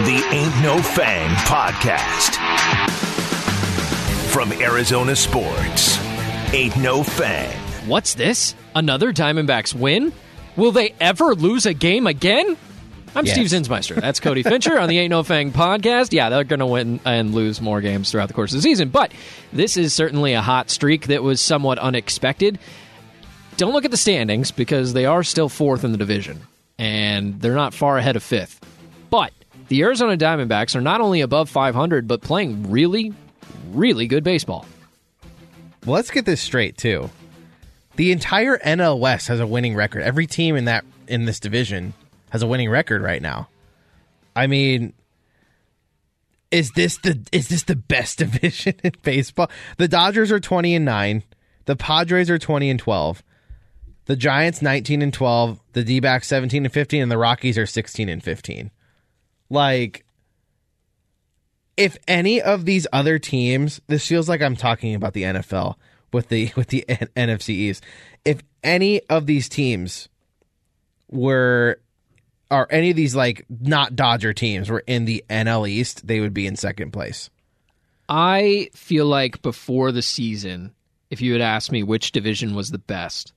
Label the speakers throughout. Speaker 1: The Ain't No Fang Podcast. From Arizona Sports, Ain't No Fang.
Speaker 2: What's this? Another Diamondbacks win? Will they ever lose a game again? I'm
Speaker 3: Yes.
Speaker 2: Steve Zinsmeister. That's Cody Fincher on the Ain't No Fang podcast. Yeah, they're going to win and lose more games throughout the course of the season, but this is certainly a hot streak that was somewhat unexpected. Don't look at the standings because they are still fourth in the division, and they're not far ahead of fifth. But the Arizona Diamondbacks are not only above 500, but playing really, really good baseball.
Speaker 3: Well, let's get this straight too. The entire NL West has a winning record. Every team in that in this division has a winning record right now. I mean, is this the is this the best division in baseball? The Dodgers are 20 and 9. The Padres are 20 and 12. The Giants 19 and 12, the D-backs 17 and 15 and the Rockies are 16 and 15. Like if any of these other teams, this feels like I'm talking about the NFL with the with the N- NFC East. If any of these teams were or any of these like not Dodger teams were in the NL East, they would be in second place.
Speaker 2: I feel like before the season, if you had asked me which division was the best,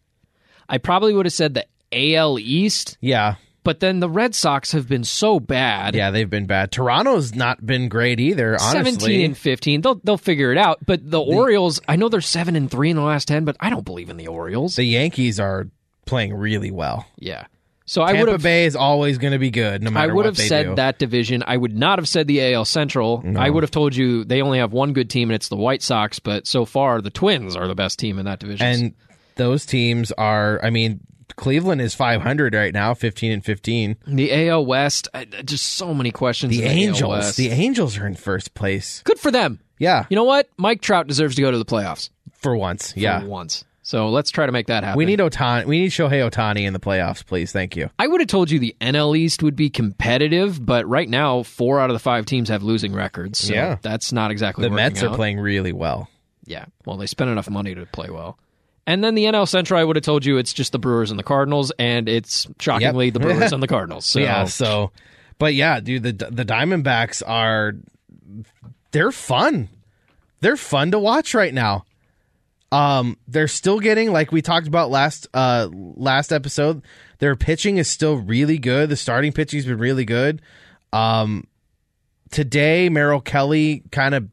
Speaker 2: I probably would have said the AL East,
Speaker 3: Yeah.
Speaker 2: but then the Red Sox have been so bad.
Speaker 3: Yeah, they've been bad. Toronto's not been great either, honestly.
Speaker 2: 17 and 15. They'll they'll figure it out, but the, Orioles, I know they're 7 and 3 in the last 10, but I don't believe in the Orioles.
Speaker 3: the Yankees are playing really well.
Speaker 2: yeah. So I would
Speaker 3: Tampa
Speaker 2: have
Speaker 3: Bay is always going to be good, no
Speaker 2: I
Speaker 3: matter
Speaker 2: would
Speaker 3: what
Speaker 2: have
Speaker 3: they
Speaker 2: said
Speaker 3: do.
Speaker 2: that division. I would not have said the AL Central. I would have told you they only have one good team and it's the White Sox, but so far the Twins are the best team in that division.
Speaker 3: And those teams are, I mean, Cleveland is 500 right now, 15 and 15.
Speaker 2: The AL West, I, I- just so many questions.
Speaker 3: The
Speaker 2: in
Speaker 3: Angels,
Speaker 2: AL West.
Speaker 3: the Angels are in first place.
Speaker 2: good for them.
Speaker 3: Yeah,
Speaker 2: You know what? Mike Trout deserves to go to the playoffs
Speaker 3: for once.
Speaker 2: for
Speaker 3: Yeah.
Speaker 2: once. So let's try to make that happen.
Speaker 3: We need Otani. We need Shohei Otani in the playoffs, please. Thank you.
Speaker 2: I would have told you the NL East would be competitive, but right now four out of the five teams have losing records. So
Speaker 3: Yeah.
Speaker 2: that's not exactly
Speaker 3: The
Speaker 2: working
Speaker 3: Mets
Speaker 2: out.
Speaker 3: are playing really well.
Speaker 2: Yeah. Well, they spent enough money to play well. And then the NL Central, I would have told you it's just the Brewers and the Cardinals, and it's shockingly the Brewers and the Cardinals. So
Speaker 3: Yeah. So, but yeah, dude, the the Diamondbacks are they're fun. They're fun to watch right now. Um, they're still getting like we talked about last uh last episode. Their pitching is still really good. The starting pitching's been really good. Um, today Merrill Kelly kind of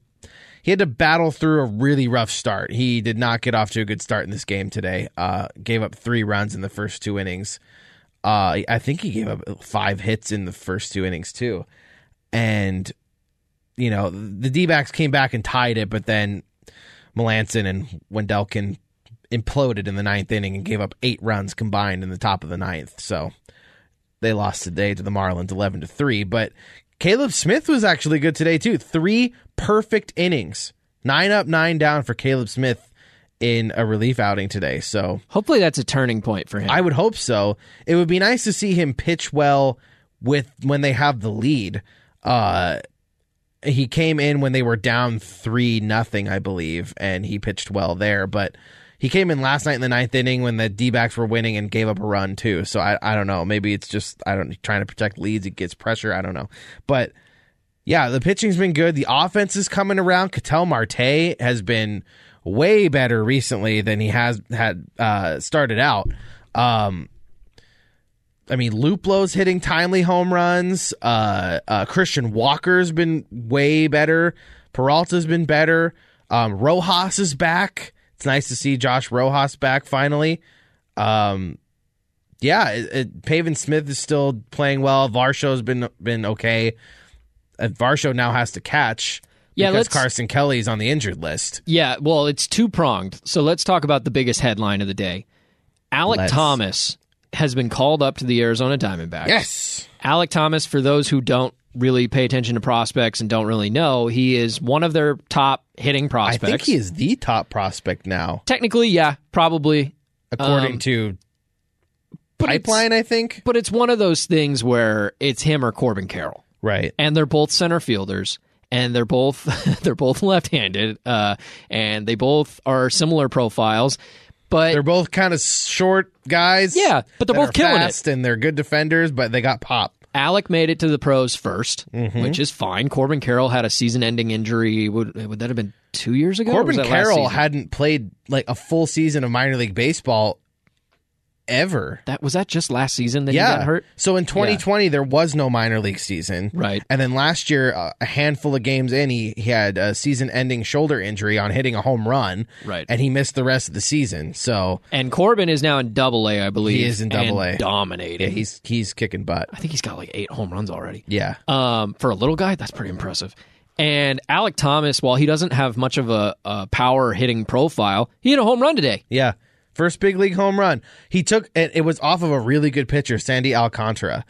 Speaker 3: he had to battle through a really rough start. He did not get off to a good start in this game today. Uh, gave up three runs in the first two innings. Uh, I think he gave up five hits in the first two innings too, and you know the D-backs came back and tied it, but then Melanson and Wendelkin imploded in the ninth inning and gave up eight runs combined in the top of the ninth. So they lost today to the Marlins, eleven to three. But Caleb Smith was actually good today too. Three perfect innings, nine up, nine down for Caleb Smith in a relief outing today. So
Speaker 2: hopefully that's a turning point for him.
Speaker 3: I would hope so. It would be nice to see him pitch well with when they have the lead. Uh he came in when they were down three nothing, I believe, and he pitched well there. But he came in last night in the ninth inning when the D backs were winning and gave up a run too. So I I don't know. Maybe it's just I don't trying to protect leads, it gets pressure. I don't know. But yeah, the pitching's been good. The offense is coming around. Cattell Marte has been way better recently than he has had uh, started out. Um, I mean, Luplo's hitting timely home runs. Uh, uh, Christian Walker's been way better. Peralta's been better. Um, Rojas is back. It's nice to see Josh Rojas back finally. Um, yeah, it, it, Paven Smith is still playing well. Varsho's been been okay. Uh, Varsho now has to catch
Speaker 2: Yeah,
Speaker 3: because
Speaker 2: let's-
Speaker 3: Carson Kelly's on the injured list.
Speaker 2: yeah, well, it's two pronged. So let's talk about the biggest headline of the day. Alec
Speaker 3: Let's.
Speaker 2: Thomas has been called up to the Arizona Diamondbacks.
Speaker 3: Yes.
Speaker 2: Alec Thomas, for those who don't really pay attention to prospects and don't really know, he is one of their top hitting
Speaker 3: I
Speaker 2: prospects.
Speaker 3: think he is the top prospect now,
Speaker 2: Technically, yeah, probably.
Speaker 3: according
Speaker 2: Um,
Speaker 3: to
Speaker 2: But it's-
Speaker 3: pipeline. I think
Speaker 2: but it's one of those things where it's him or Corbin Carroll,
Speaker 3: right.
Speaker 2: and they're both center fielders, and they're both they're both left-handed, uh, and they both are similar profiles, but
Speaker 3: They're both kind of short guys.
Speaker 2: Yeah, but they're
Speaker 3: that
Speaker 2: both
Speaker 3: are
Speaker 2: killing it.
Speaker 3: fast and they're good defenders, but they got pop.
Speaker 2: Alec made it to the pros 1st
Speaker 3: Mm-hmm.
Speaker 2: which is fine. Corbin Carroll had a season-ending injury. Would would that have been two years ago? or was
Speaker 3: Corbin
Speaker 2: that last
Speaker 3: Carroll
Speaker 2: season?
Speaker 3: hadn't played like a full season of minor league baseball ever.
Speaker 2: that was that just last season that he
Speaker 3: yeah.
Speaker 2: got hurt.
Speaker 3: So in 2020 there was no minor league season.
Speaker 2: Right.
Speaker 3: And then last year uh, a handful of games in he, he had a season-ending shoulder injury on hitting a home run.
Speaker 2: Right.
Speaker 3: And he missed the rest of the season. So
Speaker 2: And Corbin is now in Double A, I believe.
Speaker 3: He is in Double
Speaker 2: and
Speaker 3: A.
Speaker 2: dominating.
Speaker 3: yeah, he's he's kicking butt.
Speaker 2: I think he's got like eight home runs already.
Speaker 3: Yeah.
Speaker 2: um, for a little guy, that's pretty impressive. And Alec Thomas, while he doesn't have much of a, a power hitting profile, he hit a home run today.
Speaker 3: Yeah. First big league home run. He took it, it was off of a really good pitcher, Sandy Alcantara.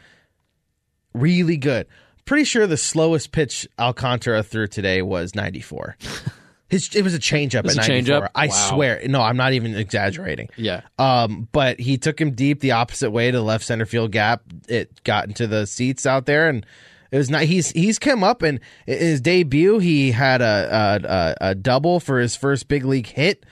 Speaker 3: Really good. Pretty sure the slowest pitch Alcantara threw today was 94. His, it was a changeup
Speaker 2: was a
Speaker 3: at 94.
Speaker 2: changeup?
Speaker 3: I
Speaker 2: Wow.
Speaker 3: swear. No, I'm not even exaggerating.
Speaker 2: Yeah.
Speaker 3: Um, but he took him deep the opposite way to the left center field gap. It got into the seats out there, and it was not. He's he's come up and in his debut. He had a a, a, a double for his first big league hit.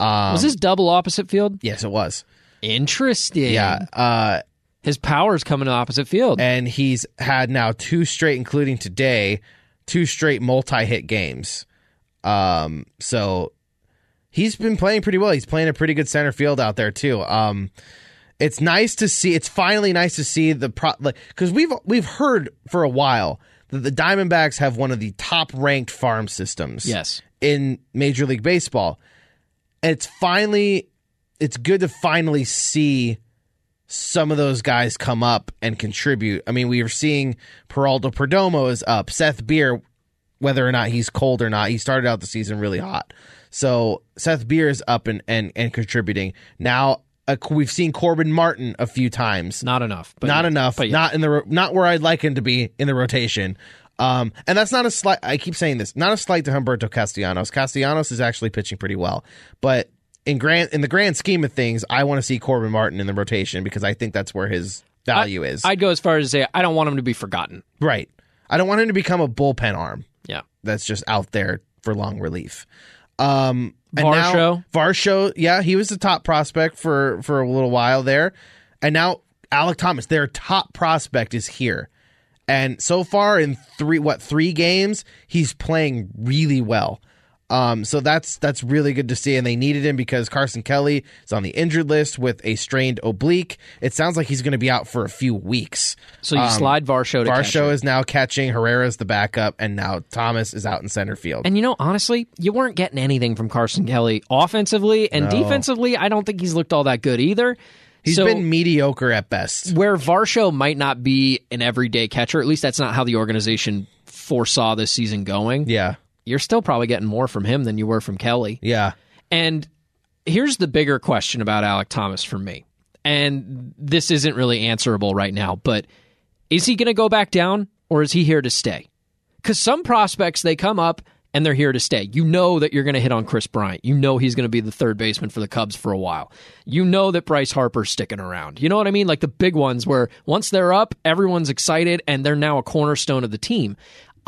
Speaker 3: Um,
Speaker 2: Was this double opposite field?
Speaker 3: yes, it was.
Speaker 2: Interesting.
Speaker 3: Yeah. Uh,
Speaker 2: His power's coming to opposite field.
Speaker 3: and he's had now two straight, including today, two straight multi-hit games. Um, so he's been playing pretty well. He's playing a pretty good center field out there too. Um, it's nice to see. It's finally nice to see the pro like because we've we've heard for a while that the Diamondbacks have one of the top-ranked farm systems.
Speaker 2: Yes.
Speaker 3: in Major League Baseball. And it's finally it's good to finally see some of those guys come up and contribute. I mean, we are seeing Peralta Perdomo is up, Seth Beer, whether or not he's cold or not, he started out the season really hot. So Seth Beer is up and and, and contributing. Now uh, we've seen Corbin Martin a few times
Speaker 2: Not enough. But
Speaker 3: not enough.
Speaker 2: Mm. But yeah.
Speaker 3: Not in the ro- not where I'd like him to be in the rotation. Um, and that's not a slight. I keep saying this. Not a slight to Humberto Castellanos. Castellanos is actually pitching pretty well, but in grand in the grand scheme of things, I want to see Corbin Martin in the rotation because I think that's where his value is.
Speaker 2: I'd go as far as to say I don't want him to be forgotten.
Speaker 3: right. I don't want him to become a bullpen arm
Speaker 2: Yeah.
Speaker 3: that's just out there for long relief. Um, and
Speaker 2: Varsho?
Speaker 3: now Varsho, yeah, he was the top prospect for for a little while there, and now Alec Thomas, their top prospect, is here, and so far in three what three games, he's playing really well. Um, so that's that's really good to see, and they needed him because Carson Kelly is on the injured list with a strained oblique. It sounds like he's going to be out for a few weeks.
Speaker 2: So you slide Varsho to catcher.
Speaker 3: Varsho is now catching. Herrera's the backup, and now Thomas is out in center field.
Speaker 2: And you know, honestly, you weren't getting anything from Carson Kelly offensively and defensively. I don't think he's looked all that good either.
Speaker 3: He's
Speaker 2: so
Speaker 3: been mediocre at best.
Speaker 2: where Varsho might not be an everyday catcher, at least that's not how the organization foresaw this season going.
Speaker 3: Yeah,
Speaker 2: You're still probably getting more from him than you were from Kelly.
Speaker 3: yeah,
Speaker 2: And here's the bigger question about Alec Thomas for me. And this isn't really answerable right now, but is he going to go back down or is he here to stay? Because some prospects, they come up and they're here to stay. You know that you're going to hit on Chris Bryant. You know he's going to be the third baseman for the Cubs for a while. You know that Bryce Harper's sticking around. You know what I mean? Like the big ones where once they're up, everyone's excited and they're now a cornerstone of the team.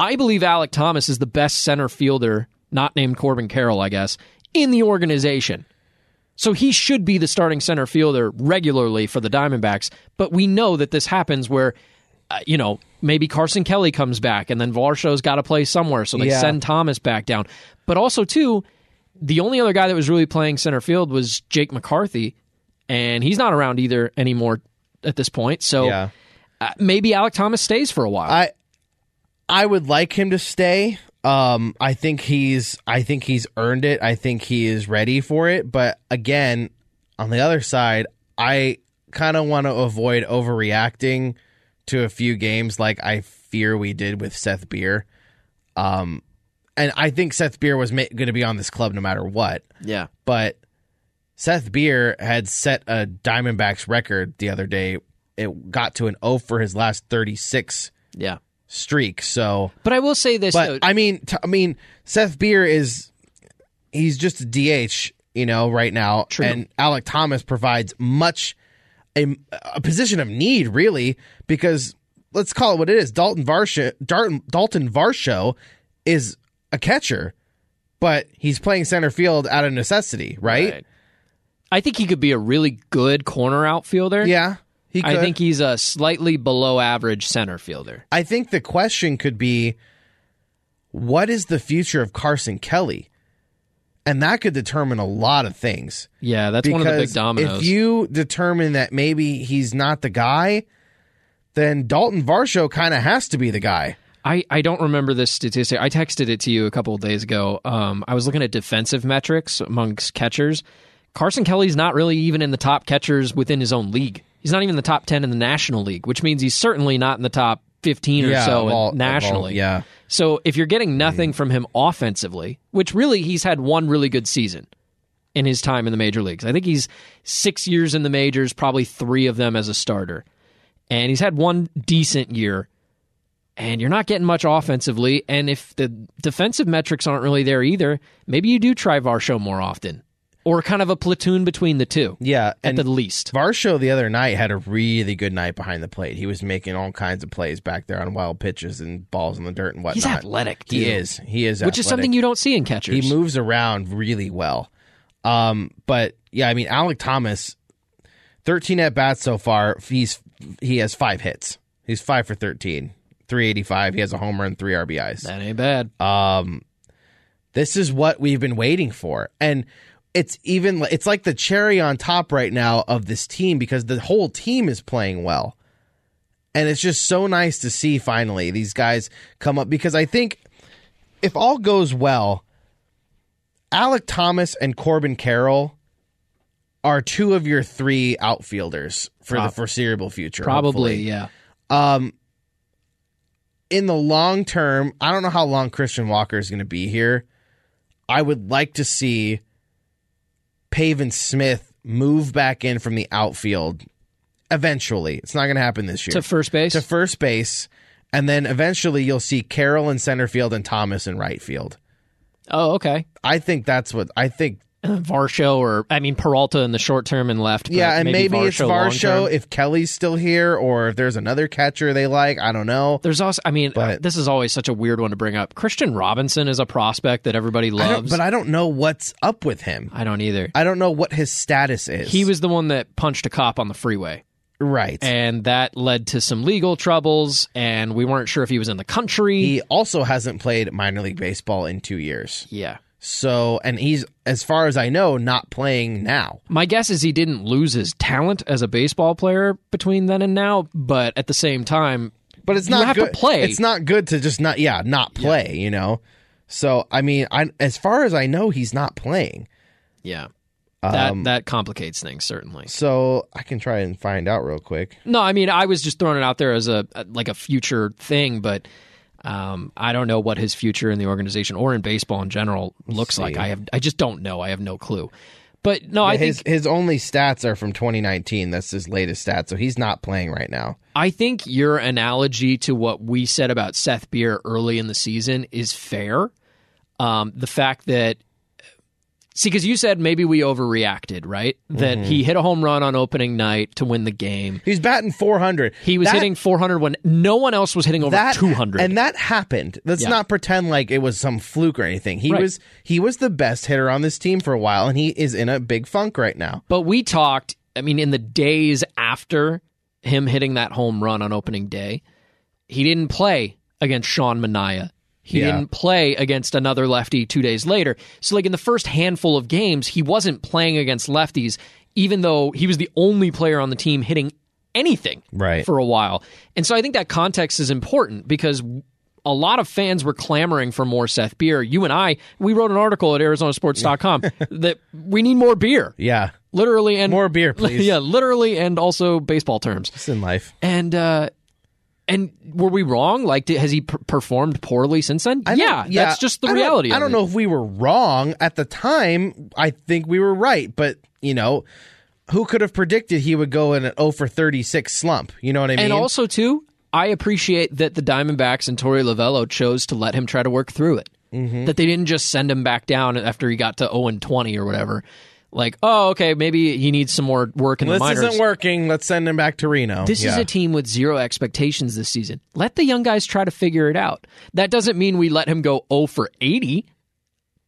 Speaker 2: I believe Alec Thomas is the best center fielder, not named Corbin Carroll, I guess, in the organization. So he should be the starting center fielder regularly for the Diamondbacks. But we know that this happens where, uh, you know, maybe Carson Kelly comes back and then Varsho's got to play somewhere. So they
Speaker 3: Yeah.
Speaker 2: send Thomas back down. But also, too, the only other guy that was really playing center field was Jake McCarthy. And he's not around either anymore at this point. So
Speaker 3: yeah. Uh,
Speaker 2: uh, maybe Alec Thomas stays for a while.
Speaker 3: I I would like him to stay. Um, I think he's I think he's earned it. I think he is ready for it. But again, on the other side, I kind of want to avoid overreacting to a few games, like I fear we did with Seth Beer. Um, and I think Seth Beer was ma- going to be on this club no matter what.
Speaker 2: yeah.
Speaker 3: but Seth Beer had set a Diamondbacks record the other day. It got to an O for his last 36
Speaker 2: Yeah.
Speaker 3: streak. So,
Speaker 2: But I will say this,
Speaker 3: but
Speaker 2: though.
Speaker 3: I mean, t- I mean, Seth Beer is he's just a DH, you know, right now,
Speaker 2: True.
Speaker 3: and Alec Thomas provides much a, a position of need, really, because let's call it what it is. Dalton Varsho, Dalton, Dalton Varsho, is a catcher. But he's playing center field out of necessity, right?
Speaker 2: I think he could be a really good corner outfielder.
Speaker 3: Yeah. He
Speaker 2: I
Speaker 3: could.
Speaker 2: think he's a slightly below average center fielder.
Speaker 3: I think the question could be what is the future of Carson Kelly? And that could determine a lot of things.
Speaker 2: Yeah, that's one of the big dominoes.
Speaker 3: if you determine that maybe he's not the guy, then Dalton Varsho kind of has to be the guy.
Speaker 2: I, I don't remember this statistic. I texted it to you a couple of days ago. Um, I was looking at defensive metrics amongst catchers. Carson Kelly's not really even in the top catchers within his own league. He's not even in the top 10 in the National League, which means he's certainly not in the top 15 or
Speaker 3: Yeah,
Speaker 2: so
Speaker 3: of all- of all-
Speaker 2: nationally.
Speaker 3: yeah. Mm.
Speaker 2: So if you're getting nothing from him offensively, which really he's had one really good season in his time in the major leagues. I think he's six years in the majors, probably three of them as a starter. And he's had one decent year, and you're not getting much offensively. And if the defensive metrics aren't really there either, maybe you do try Varsho more often or kind of a platoon between the two
Speaker 3: Yeah.
Speaker 2: at
Speaker 3: And
Speaker 2: the least.
Speaker 3: Varsho the other night had a really good night behind the plate. He was making all kinds of plays back there on wild pitches and balls in the dirt and whatnot.
Speaker 2: He's athletic,
Speaker 3: He
Speaker 2: too.
Speaker 3: is. He is.
Speaker 2: Which is
Speaker 3: athletic.
Speaker 2: something you don't see in catchers.
Speaker 3: He moves around really well. Um, but yeah, I mean, Alec Thomas, thirteen at bats so far. He's he has five hits. He's five for thirteen. 385. He has a home run, three RBIs.
Speaker 2: that ain't bad.
Speaker 3: This is what we've been waiting for, and it's even it's like the cherry on top right now of this team because the whole team is playing well, and it's just so nice to see finally these guys come up because I think if all goes well, Alec Thomas and Corbin Carroll are two of your three outfielders for the foreseeable future.
Speaker 2: Probably,
Speaker 3: hopefully
Speaker 2: yeah.
Speaker 3: in the long term, I don't know how long Christian Walker is going to be here. I would like to see Paven Smith move back in from the outfield eventually. It's not going to happen this year.
Speaker 2: To first base.
Speaker 3: To first base. And then eventually you'll see Carroll in center field and Thomas in right field.
Speaker 2: oh, okay.
Speaker 3: I think that's what I think.
Speaker 2: Varsho or I mean Peralta in the short term and left. but
Speaker 3: Yeah, and maybe, it's
Speaker 2: long term.
Speaker 3: Varsho if Kelly's still here or if there's another catcher they like. I don't know.
Speaker 2: There's also, I mean,
Speaker 3: But-
Speaker 2: this is always such a weird one to bring up. Christian Robinson is a prospect that everybody
Speaker 3: I don't-
Speaker 2: loves.
Speaker 3: but I don't know what's up with him.
Speaker 2: I don't either.
Speaker 3: I don't know what his status is.
Speaker 2: He was the one that punched a cop on the freeway,
Speaker 3: right.
Speaker 2: and that led to some legal troubles, and we weren't sure if he was in the country.
Speaker 3: He also hasn't played minor league baseball in two years.
Speaker 2: yeah.
Speaker 3: So, and he's, as far as I know, not playing now.
Speaker 2: My guess is he didn't lose his talent as a baseball player between then and now, but at the same time,
Speaker 3: But it's
Speaker 2: You
Speaker 3: not
Speaker 2: have to
Speaker 3: good.
Speaker 2: play.
Speaker 3: It's not good to just not, yeah, not play. You know. So, I mean, I as far as I know, he's not playing.
Speaker 2: yeah. That,
Speaker 3: Um,
Speaker 2: that complicates things certainly.
Speaker 3: So I can try and find out real quick.
Speaker 2: No, I mean I was just throwing it out there as a like a future thing, but um, I don't know what his future in the organization or in baseball in general looks like. I have I just don't know. I have no clue. But no, I
Speaker 3: his
Speaker 2: think
Speaker 3: his only stats are from 2019. That's his latest stats. So he's not playing right now.
Speaker 2: I think your analogy to what we said about Seth Beer early in the season is fair. Um, the fact that see, because you said maybe we overreacted, right? That he
Speaker 3: Mm-hmm.
Speaker 2: hit a home run on opening night to win the game.
Speaker 3: He's batting 400.
Speaker 2: He was
Speaker 3: That-
Speaker 2: hitting 400 when no one else was hitting over
Speaker 3: that
Speaker 2: 200.
Speaker 3: and that happened let's
Speaker 2: Yeah.
Speaker 3: not pretend like it was some fluke or anything he
Speaker 2: Right.
Speaker 3: was he was the best hitter on this team for a while and he is in a big funk right now
Speaker 2: But we talked, I mean, in the days after him hitting that home run on opening day, he didn't play against Sean Mania. He
Speaker 3: Yeah.
Speaker 2: didn't play against another lefty two days later. So, like, in the first handful of games, he wasn't playing against lefties, even though he was the only player on the team hitting anything
Speaker 3: Right.
Speaker 2: for a while. And so I think that context is important because a lot of fans were clamoring for more Seth Beer. You and I, we wrote an article at arizonasports.com that we need more beer
Speaker 3: yeah
Speaker 2: literally and
Speaker 3: More beer, please.
Speaker 2: yeah, literally and also baseball terms.
Speaker 3: it's in life
Speaker 2: And uh and were we wrong? Like, did, has he per- performed poorly since then?
Speaker 3: I don't-
Speaker 2: yeah, that's just the
Speaker 3: I don't-
Speaker 2: reality.
Speaker 3: i
Speaker 2: of
Speaker 3: don't
Speaker 2: it.
Speaker 3: know if we were wrong at the time i think we were right but you know who could have predicted he would go in an 0 for 36 slump you know what i mean
Speaker 2: And also, too, I appreciate that the Diamondbacks and Tori Lavello chose to let him try to work through it.
Speaker 3: Mm-hmm.
Speaker 2: That they didn't just send him back down after he got to zero and twenty or whatever. Like, oh, okay, maybe he needs some more work in
Speaker 3: this
Speaker 2: the minors.
Speaker 3: isn't working let's send him back to reno
Speaker 2: This is
Speaker 3: Yeah.
Speaker 2: a team with zero expectations this season. Let the young guys try to figure it out. That doesn't mean we let him go 0 for 80,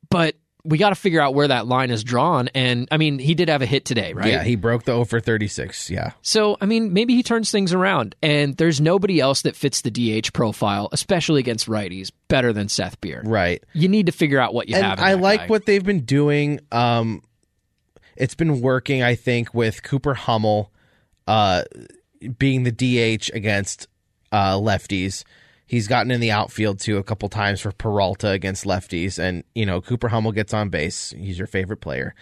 Speaker 2: but we got to figure out where that line is drawn. And I mean, he did have a hit today, right?
Speaker 3: Yeah, he broke the 0 for 36. Yeah.
Speaker 2: So, I mean, maybe he turns things around, and there's nobody else that fits the DH profile, especially against righties, better than Seth Beer.
Speaker 3: Right.
Speaker 2: You need to figure out what you
Speaker 3: and
Speaker 2: have. in
Speaker 3: I
Speaker 2: that
Speaker 3: like
Speaker 2: guy.
Speaker 3: what they've been doing. Um, it's been working, I think, with Cooper Hummel uh, being the DH against uh, lefties. He's gotten in the outfield too a couple times for Peralta against lefties, and you know Cooper Hummel gets on base. He's your favorite player.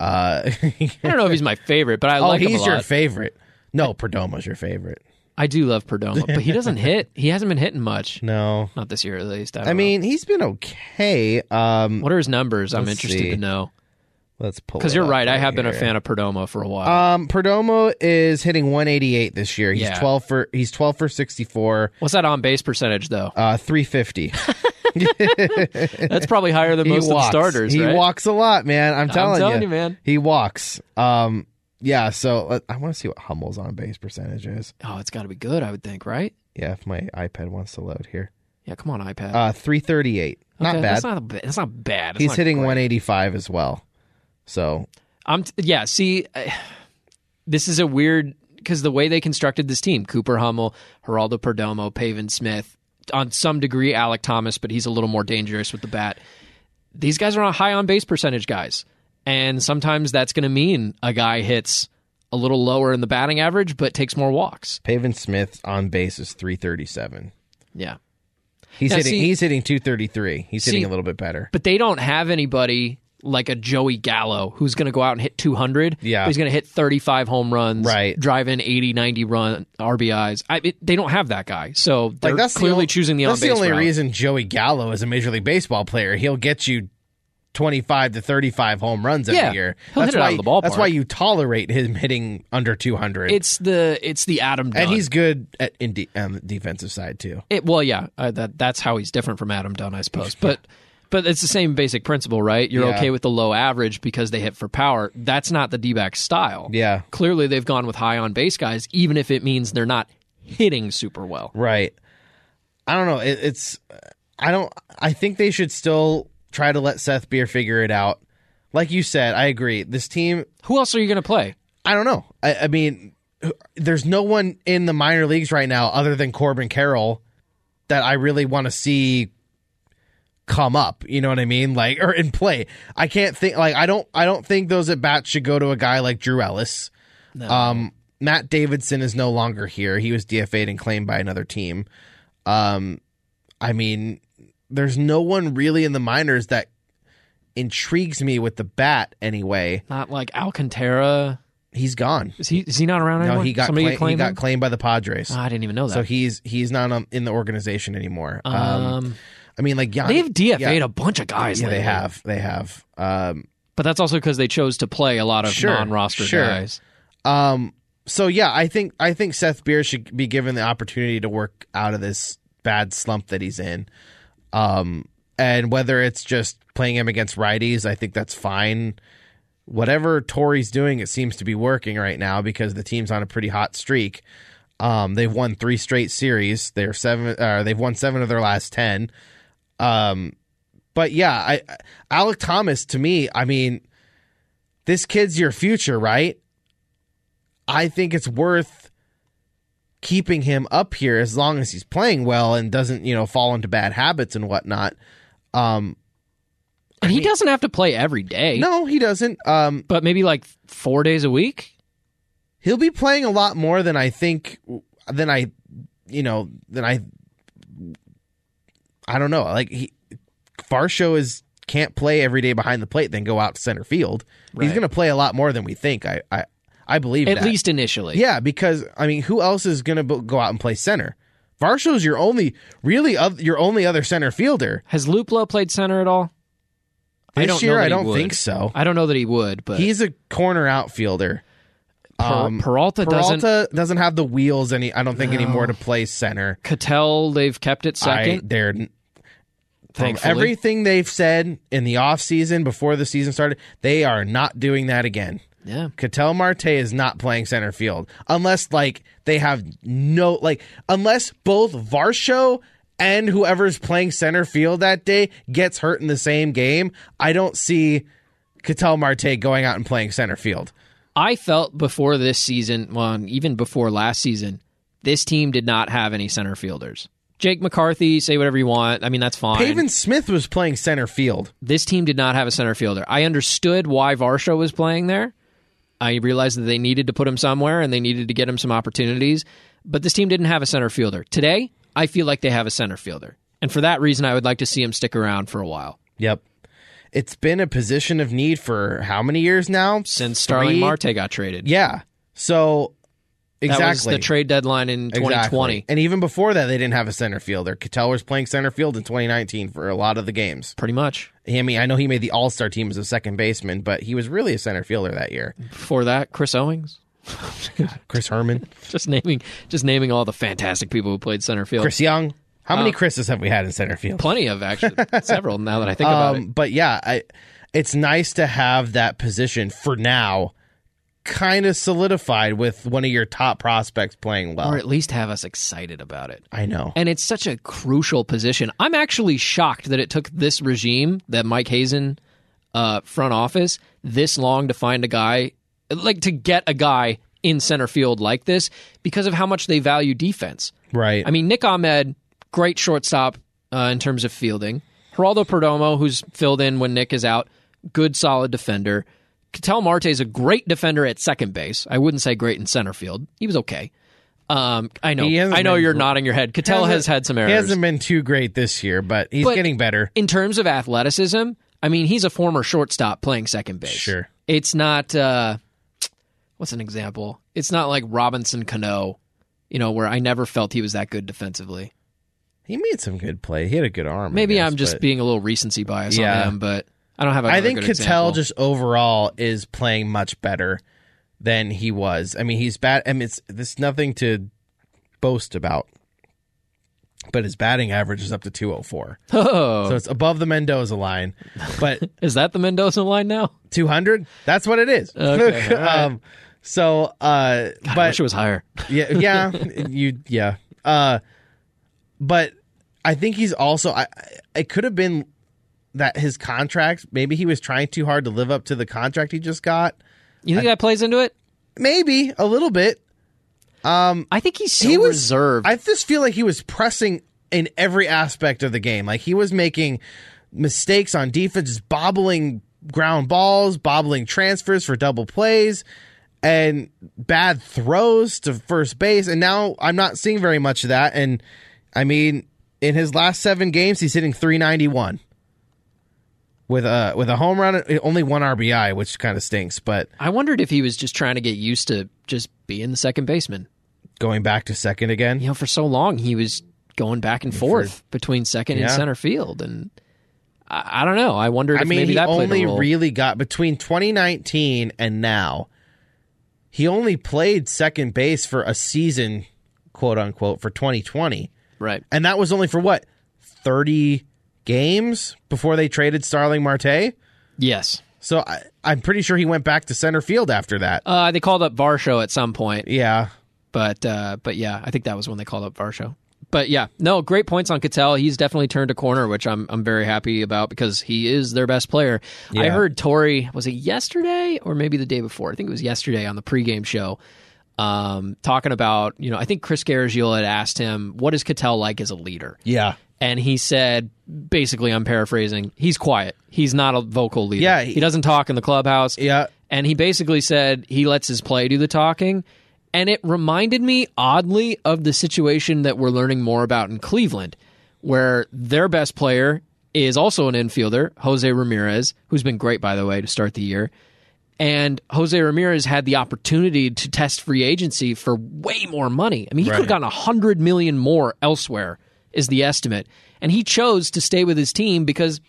Speaker 3: Uh,
Speaker 2: I don't know if he's my favorite, but I
Speaker 3: oh,
Speaker 2: like him a
Speaker 3: he's your
Speaker 2: lot.
Speaker 3: favorite. No, Perdomo's your favorite.
Speaker 2: I do love Perdomo, but he doesn't hit. He hasn't been hitting much.
Speaker 3: No,
Speaker 2: Not this year, at least. I,
Speaker 3: I
Speaker 2: don't
Speaker 3: mean he's been okay. Um,
Speaker 2: know. what are his numbers? I'm
Speaker 3: Let's
Speaker 2: interested
Speaker 3: see.
Speaker 2: to know.
Speaker 3: let's pull
Speaker 2: Because
Speaker 3: it
Speaker 2: you're
Speaker 3: up
Speaker 2: right. I
Speaker 3: right
Speaker 2: have been a
Speaker 3: here.
Speaker 2: fan of Perdomo for a while.
Speaker 3: Um, Perdomo is hitting 188 this year. He's
Speaker 2: Yeah.
Speaker 3: 12 for he's 12 for 64,
Speaker 2: What's that on base percentage, though?
Speaker 3: uh, 350.
Speaker 2: That's probably higher than
Speaker 3: he
Speaker 2: most of the
Speaker 3: walks.
Speaker 2: starters,
Speaker 3: he
Speaker 2: right?
Speaker 3: walks a lot, man. I'm telling,
Speaker 2: telling you, man.
Speaker 3: He walks. Um, yeah. So uh, I want to see what Hummel's on base percentage is.
Speaker 2: Oh, it's got to be good, I would think, right?
Speaker 3: Yeah, if my iPad wants to load here,
Speaker 2: Yeah, come on, iPad.
Speaker 3: uh, 338. Not
Speaker 2: Okay,
Speaker 3: bad.
Speaker 2: That's not, ba- that's not bad. That's
Speaker 3: he's
Speaker 2: not
Speaker 3: hitting
Speaker 2: great.
Speaker 3: 185 as well. So
Speaker 2: I'm t- yeah. See, I, this is a weird because the way they constructed this team: Cooper Hummel, Geraldo Perdomo, Paven Smith, on some degree Alec Thomas, but he's a little more dangerous with the bat. These guys are on high on base percentage guys, and sometimes that's going to mean a guy hits a little lower in the batting average, but takes more walks.
Speaker 3: Paven Smith's on base is 337.
Speaker 2: Yeah,
Speaker 3: He's
Speaker 2: Now,
Speaker 3: hitting.
Speaker 2: see-
Speaker 3: he's hitting 233. He's
Speaker 2: See-
Speaker 3: hitting a little bit better.
Speaker 2: but they don't have anybody like a Joey Gallo who's going to go out and hit 200.
Speaker 3: Yeah.
Speaker 2: but He's going to hit 35 home runs,
Speaker 3: Right.
Speaker 2: drive in 80, 90 run RBIs. I, it, they don't have that guy. So they're
Speaker 3: Like, that's the
Speaker 2: clearly
Speaker 3: only-
Speaker 2: choosing the
Speaker 3: That's
Speaker 2: on-base
Speaker 3: the only
Speaker 2: route.
Speaker 3: reason Joey Gallo is a Major League Baseball player. He'll get you twenty-five to thirty-five home runs every
Speaker 2: Yeah.
Speaker 3: year.
Speaker 2: He'll
Speaker 3: that's
Speaker 2: hit it
Speaker 3: why
Speaker 2: out of the ballpark.
Speaker 3: that's why you tolerate him hitting under two hundred.
Speaker 2: It's the it's the Adam Dunn.
Speaker 3: and he's good at in de- on the defensive side too.
Speaker 2: It, well, yeah, uh, that that's how he's different from Adam Dunn, I suppose. But but it's the same basic principle, right? You're
Speaker 3: Yeah.
Speaker 2: okay with the low average because they hit for power. That's not the D-back style.
Speaker 3: Yeah.
Speaker 2: Clearly, they've gone with high on base guys, even if it means they're not hitting super well.
Speaker 3: Right. I don't know. It, it's I don't. I think they should still try to let Seth Beer figure it out. Like you said, I agree. This team
Speaker 2: Who else are you going to play?
Speaker 3: I don't know. I, I mean, there's no one in the minor leagues right now other than Corbin Carroll that I really want to see come up. You know what I mean? Like or in play. I can't think. Like I don't. I don't think those at bats should go to a guy like Drew Ellis. Um, Matt Davidson is no longer here. He was DFA'd and claimed by another team. Um, I mean, there's no one really in the minors that intrigues me with the bat anyway.
Speaker 2: Not like Alcantara.
Speaker 3: He's gone.
Speaker 2: Is he is he not around anymore?
Speaker 3: No, he got
Speaker 2: Somebody
Speaker 3: cla- he
Speaker 2: claimed
Speaker 3: got
Speaker 2: him?
Speaker 3: claimed by the Padres.
Speaker 2: Oh, I didn't even know that.
Speaker 3: so he's he's not um, in the organization anymore. Um,
Speaker 2: Um,
Speaker 3: I mean, like Yanni,
Speaker 2: they've DFA'd
Speaker 3: yeah.
Speaker 2: a bunch of guys.
Speaker 3: yeah, they
Speaker 2: lately.
Speaker 3: have, they have. Um,
Speaker 2: but that's also because they chose to play a lot of
Speaker 3: Sure,
Speaker 2: non-roster
Speaker 3: sure.
Speaker 2: guys.
Speaker 3: um, so yeah, I think I think Seth Beer should be given the opportunity to work out of this bad slump that he's in. Um, and whether it's just playing him against righties, I think that's fine. Whatever Tori's doing, it seems to be working right now because the team's on a pretty hot streak. Um, they've won three straight series. They're seven. Uh, they've won seven of their last ten. Um, but yeah, I Alec Thomas to me, I mean, this kid's your future, right? I think it's worth keeping him up here as long as he's playing well and doesn't you know fall into bad habits and whatnot. Um,
Speaker 2: And he doesn't have to play every day.
Speaker 3: no, he doesn't. Um,
Speaker 2: but maybe like four days a week.
Speaker 3: he'll be playing a lot more than I think than I you know than I I don't know like he Farshow is can't play every day behind the plate then go out to center field he's
Speaker 2: Right.
Speaker 3: gonna play a lot more than we think I I, I believe
Speaker 2: At
Speaker 3: that.
Speaker 2: least initially.
Speaker 3: yeah because I mean who else is gonna b- go out and play center Farshow's your only really oth- your only other center fielder
Speaker 2: Has Luplo played center at all?
Speaker 3: this
Speaker 2: I don't know
Speaker 3: year
Speaker 2: that
Speaker 3: I
Speaker 2: he
Speaker 3: don't
Speaker 2: would.
Speaker 3: think so
Speaker 2: I don't know that he would, but
Speaker 3: he's a corner outfielder Um,
Speaker 2: Per- Peralta, doesn't.
Speaker 3: Peralta doesn't have the wheels any I don't think anymore to play center
Speaker 2: Cattell, they've kept it
Speaker 3: I,
Speaker 2: second.
Speaker 3: they're from
Speaker 2: thankfully.
Speaker 3: everything they've said in the offseason before the season started, they are not doing that again.
Speaker 2: yeah.
Speaker 3: Cattell Marte is not playing center field unless like they have no like unless both Varsho and whoever's playing center field that day gets hurt in the same game, I don't see Cattell Marte going out and playing center field.
Speaker 2: I felt before this season, well, and even before last season, this team did not have any center fielders. Jake McCarthy, say whatever you want. I mean, that's fine.
Speaker 3: Paven Smith was playing center field.
Speaker 2: this team did not have a center fielder. I understood why Varsha was playing there. I realized that they needed to put him somewhere and they needed to get him some opportunities, but this team didn't have a center fielder. Today, I feel like they have a center fielder. And for that reason, I would like to see him stick around for a while.
Speaker 3: Yep. It's been a position of need for how many years now?
Speaker 2: Since Starling
Speaker 3: Three?
Speaker 2: Marte got traded.
Speaker 3: Yeah. So exactly.
Speaker 2: That was the trade deadline in
Speaker 3: Exactly.
Speaker 2: 2020.
Speaker 3: And even before that, they didn't have a center fielder. Cattell was playing center field in 2019 for a lot of the games.
Speaker 2: Pretty much.
Speaker 3: I mean, I know he made the All Star team as a second baseman, but he was really a center fielder that year.
Speaker 2: Before that, Chris Owings.
Speaker 3: Chris Herman,
Speaker 2: Just naming just naming all the fantastic people who played center field.
Speaker 3: Chris Young. How many
Speaker 2: Uh,
Speaker 3: Chris's have we had in center field?
Speaker 2: Plenty of actually. Several now that I think about it.
Speaker 3: Um, but yeah, I, it's nice to have that position for now kind of solidified with one of your top prospects playing well.
Speaker 2: Or at least have us excited about it.
Speaker 3: I know.
Speaker 2: And it's such a crucial position. I'm actually shocked that it took this regime, that Mike Hazen uh, front office, this long to find a guy, like to get a guy in center field like this because of how much they value defense.
Speaker 3: Right.
Speaker 2: I mean, Nick Ahmed, great shortstop uh, in terms of fielding. Geraldo Perdomo, who's filled in when Nick is out, good solid defender. Cattell Marte is a great defender at second base. I wouldn't say great in center field. He was okay. Um, I know.
Speaker 3: He hasn't
Speaker 2: I know
Speaker 3: been
Speaker 2: you're
Speaker 3: gr-
Speaker 2: nodding your head. Cattell
Speaker 3: Hasn't-
Speaker 2: has had some
Speaker 3: He
Speaker 2: errors.
Speaker 3: hasn't been too great this year, but he's
Speaker 2: But-
Speaker 3: getting better.
Speaker 2: In terms of athleticism, I mean, he's a former shortstop playing second base.
Speaker 3: Sure.
Speaker 2: It's not. Uh, what's an example? It's not like Robinson Cano, you know, where I never felt he was that good defensively.
Speaker 3: He made some good play. He had a good arm. I
Speaker 2: Maybe
Speaker 3: guess,
Speaker 2: I'm just
Speaker 3: but-
Speaker 2: being a little recency bias
Speaker 3: Yeah.
Speaker 2: on him, but I don't have. Another
Speaker 3: I think
Speaker 2: good
Speaker 3: Cattell
Speaker 2: example.
Speaker 3: just overall is playing much better than he was. I mean, he's bad. I mean, it's there's nothing to boast about, but his batting average is up to 204,
Speaker 2: Oh,
Speaker 3: so it's above the Mendoza line. But
Speaker 2: is that the Mendoza line now?
Speaker 3: 200, that's what it is.
Speaker 2: Okay, all right.
Speaker 3: um, so, uh,
Speaker 2: God, I
Speaker 3: but
Speaker 2: wish it was higher.
Speaker 3: yeah, yeah, you, yeah. Uh, but I think he's also. I, I- it could have been that his contract. Maybe he was trying too hard to live up to the contract he just got.
Speaker 2: You think that plays into it?
Speaker 3: Maybe a little bit.
Speaker 2: I think he's so
Speaker 3: he was
Speaker 2: reserved.
Speaker 3: I just feel like he was pressing in every aspect of the game. Like he was making mistakes on defense, just bobbling ground balls, bobbling transfers for double plays, and bad throws to first base. And now I'm not seeing very much of that. And I mean, in his last seven games, he's hitting 391 with a with a home run, only one RBI, which kind of stinks. But
Speaker 2: I wondered if he was just trying to get used to just being the second baseman.
Speaker 3: going back to second again,
Speaker 2: You know, for so long he was going back and forth between second and
Speaker 3: Mm-hmm. Yeah.
Speaker 2: center field, and I, I don't know. I wondered
Speaker 3: I
Speaker 2: if
Speaker 3: mean,
Speaker 2: maybe
Speaker 3: he
Speaker 2: that played
Speaker 3: only
Speaker 2: a role.
Speaker 3: really got between 2019 and now. He only played second base for a season, quote unquote, for 2020,
Speaker 2: right.
Speaker 3: and that was only for what 30 games before they traded Starling Marte.
Speaker 2: Yes.
Speaker 3: So I, I'm pretty sure he went back to center field after that.
Speaker 2: Uh, they called up Varsho at some point.
Speaker 3: yeah,
Speaker 2: But uh, but yeah, I think that was when they called up Varsho. But yeah, no, great points on Cattell. He's definitely turned a corner, which I'm I'm very happy about because he is their best player. I
Speaker 3: Yeah.
Speaker 2: heard Tori was it yesterday or maybe the day before? I think it was yesterday on the pregame show, um, talking about you know I think Chris Garagiola had asked him what is Cattell like as a leader,
Speaker 3: yeah,
Speaker 2: and he said basically I'm paraphrasing he's quiet, he's not a vocal leader,
Speaker 3: Yeah, he-
Speaker 2: he doesn't talk in the clubhouse,
Speaker 3: yeah.
Speaker 2: and he basically said he lets his play do the talking. And it reminded me oddly of the situation that we're learning more about in Cleveland, where their best player is also an infielder, Jose Ramirez, who's been great, by the way, to start the year. And Jose Ramirez had the opportunity to test free agency for way more money. I mean, he could have gotten a hundred million more elsewhere, is the estimate. And he chose to stay with his team because,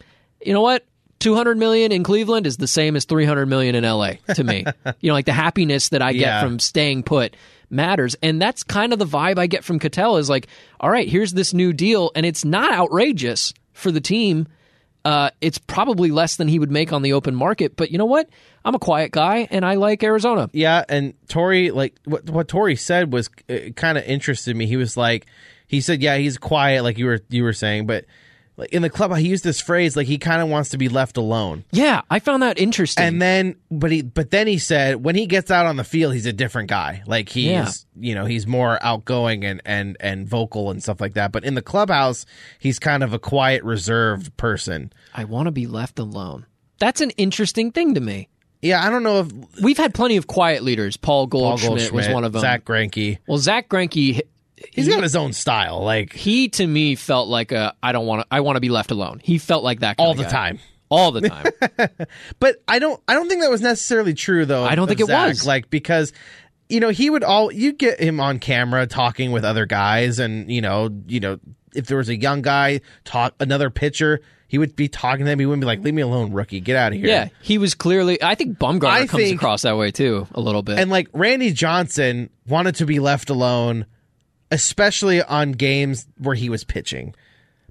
Speaker 2: you know what? 200 million in Cleveland is the same as 300 million in LA to me. you know, like the happiness that I get
Speaker 3: Yeah.
Speaker 2: from staying put matters. And that's kind of the vibe I get from Cattell is like, all right, here's this new deal. And it's not outrageous for the team. Uh, it's probably less than he would make on the open market. But you know what? I'm a quiet guy and I like Arizona.
Speaker 3: Yeah, and Tori, like what what Tori said was uh, kind of interested me. He was like, He said, "Yeah, he's quiet, like you were you were saying, but like, in the club, he used this phrase like he kind of wants to be left alone."
Speaker 2: Yeah, I found that interesting.
Speaker 3: And then, but he, but then he said, when he gets out on the field, he's a different guy. Like he's,
Speaker 2: Yeah.
Speaker 3: you know, he's more outgoing and and and vocal and stuff like that. But in the clubhouse, he's kind of a quiet, reserved person.
Speaker 2: I want to be left alone. That's an interesting thing to me.
Speaker 3: Yeah, I don't know if
Speaker 2: We've had plenty of quiet leaders. Paul
Speaker 3: Paul
Speaker 2: Goldschmidt,
Speaker 3: Goldschmidt
Speaker 2: was one of them.
Speaker 3: Zach Greinke,
Speaker 2: Well, Zach Greinke,
Speaker 3: he's got his own style, like
Speaker 2: he to me felt like a I don't want to I want to be left alone. He felt like that kind
Speaker 3: all
Speaker 2: of
Speaker 3: the
Speaker 2: guy.
Speaker 3: time.
Speaker 2: all the time.
Speaker 3: But I don't, I don't think that was necessarily true, though.
Speaker 2: I don't
Speaker 3: of
Speaker 2: think it
Speaker 3: Zach,
Speaker 2: was.
Speaker 3: like because. You know, he would all you get him on camera talking with other guys, and you know, you know, if there was a young guy talk another pitcher, he would be talking to them. He wouldn't be like, "Leave me alone, rookie, get out of here."
Speaker 2: yeah, he was clearly. I think Bumgarner
Speaker 3: I
Speaker 2: comes
Speaker 3: think-
Speaker 2: across that way too a little bit.
Speaker 3: and like Randy Johnson wanted to be left alone, especially on games where he was pitching.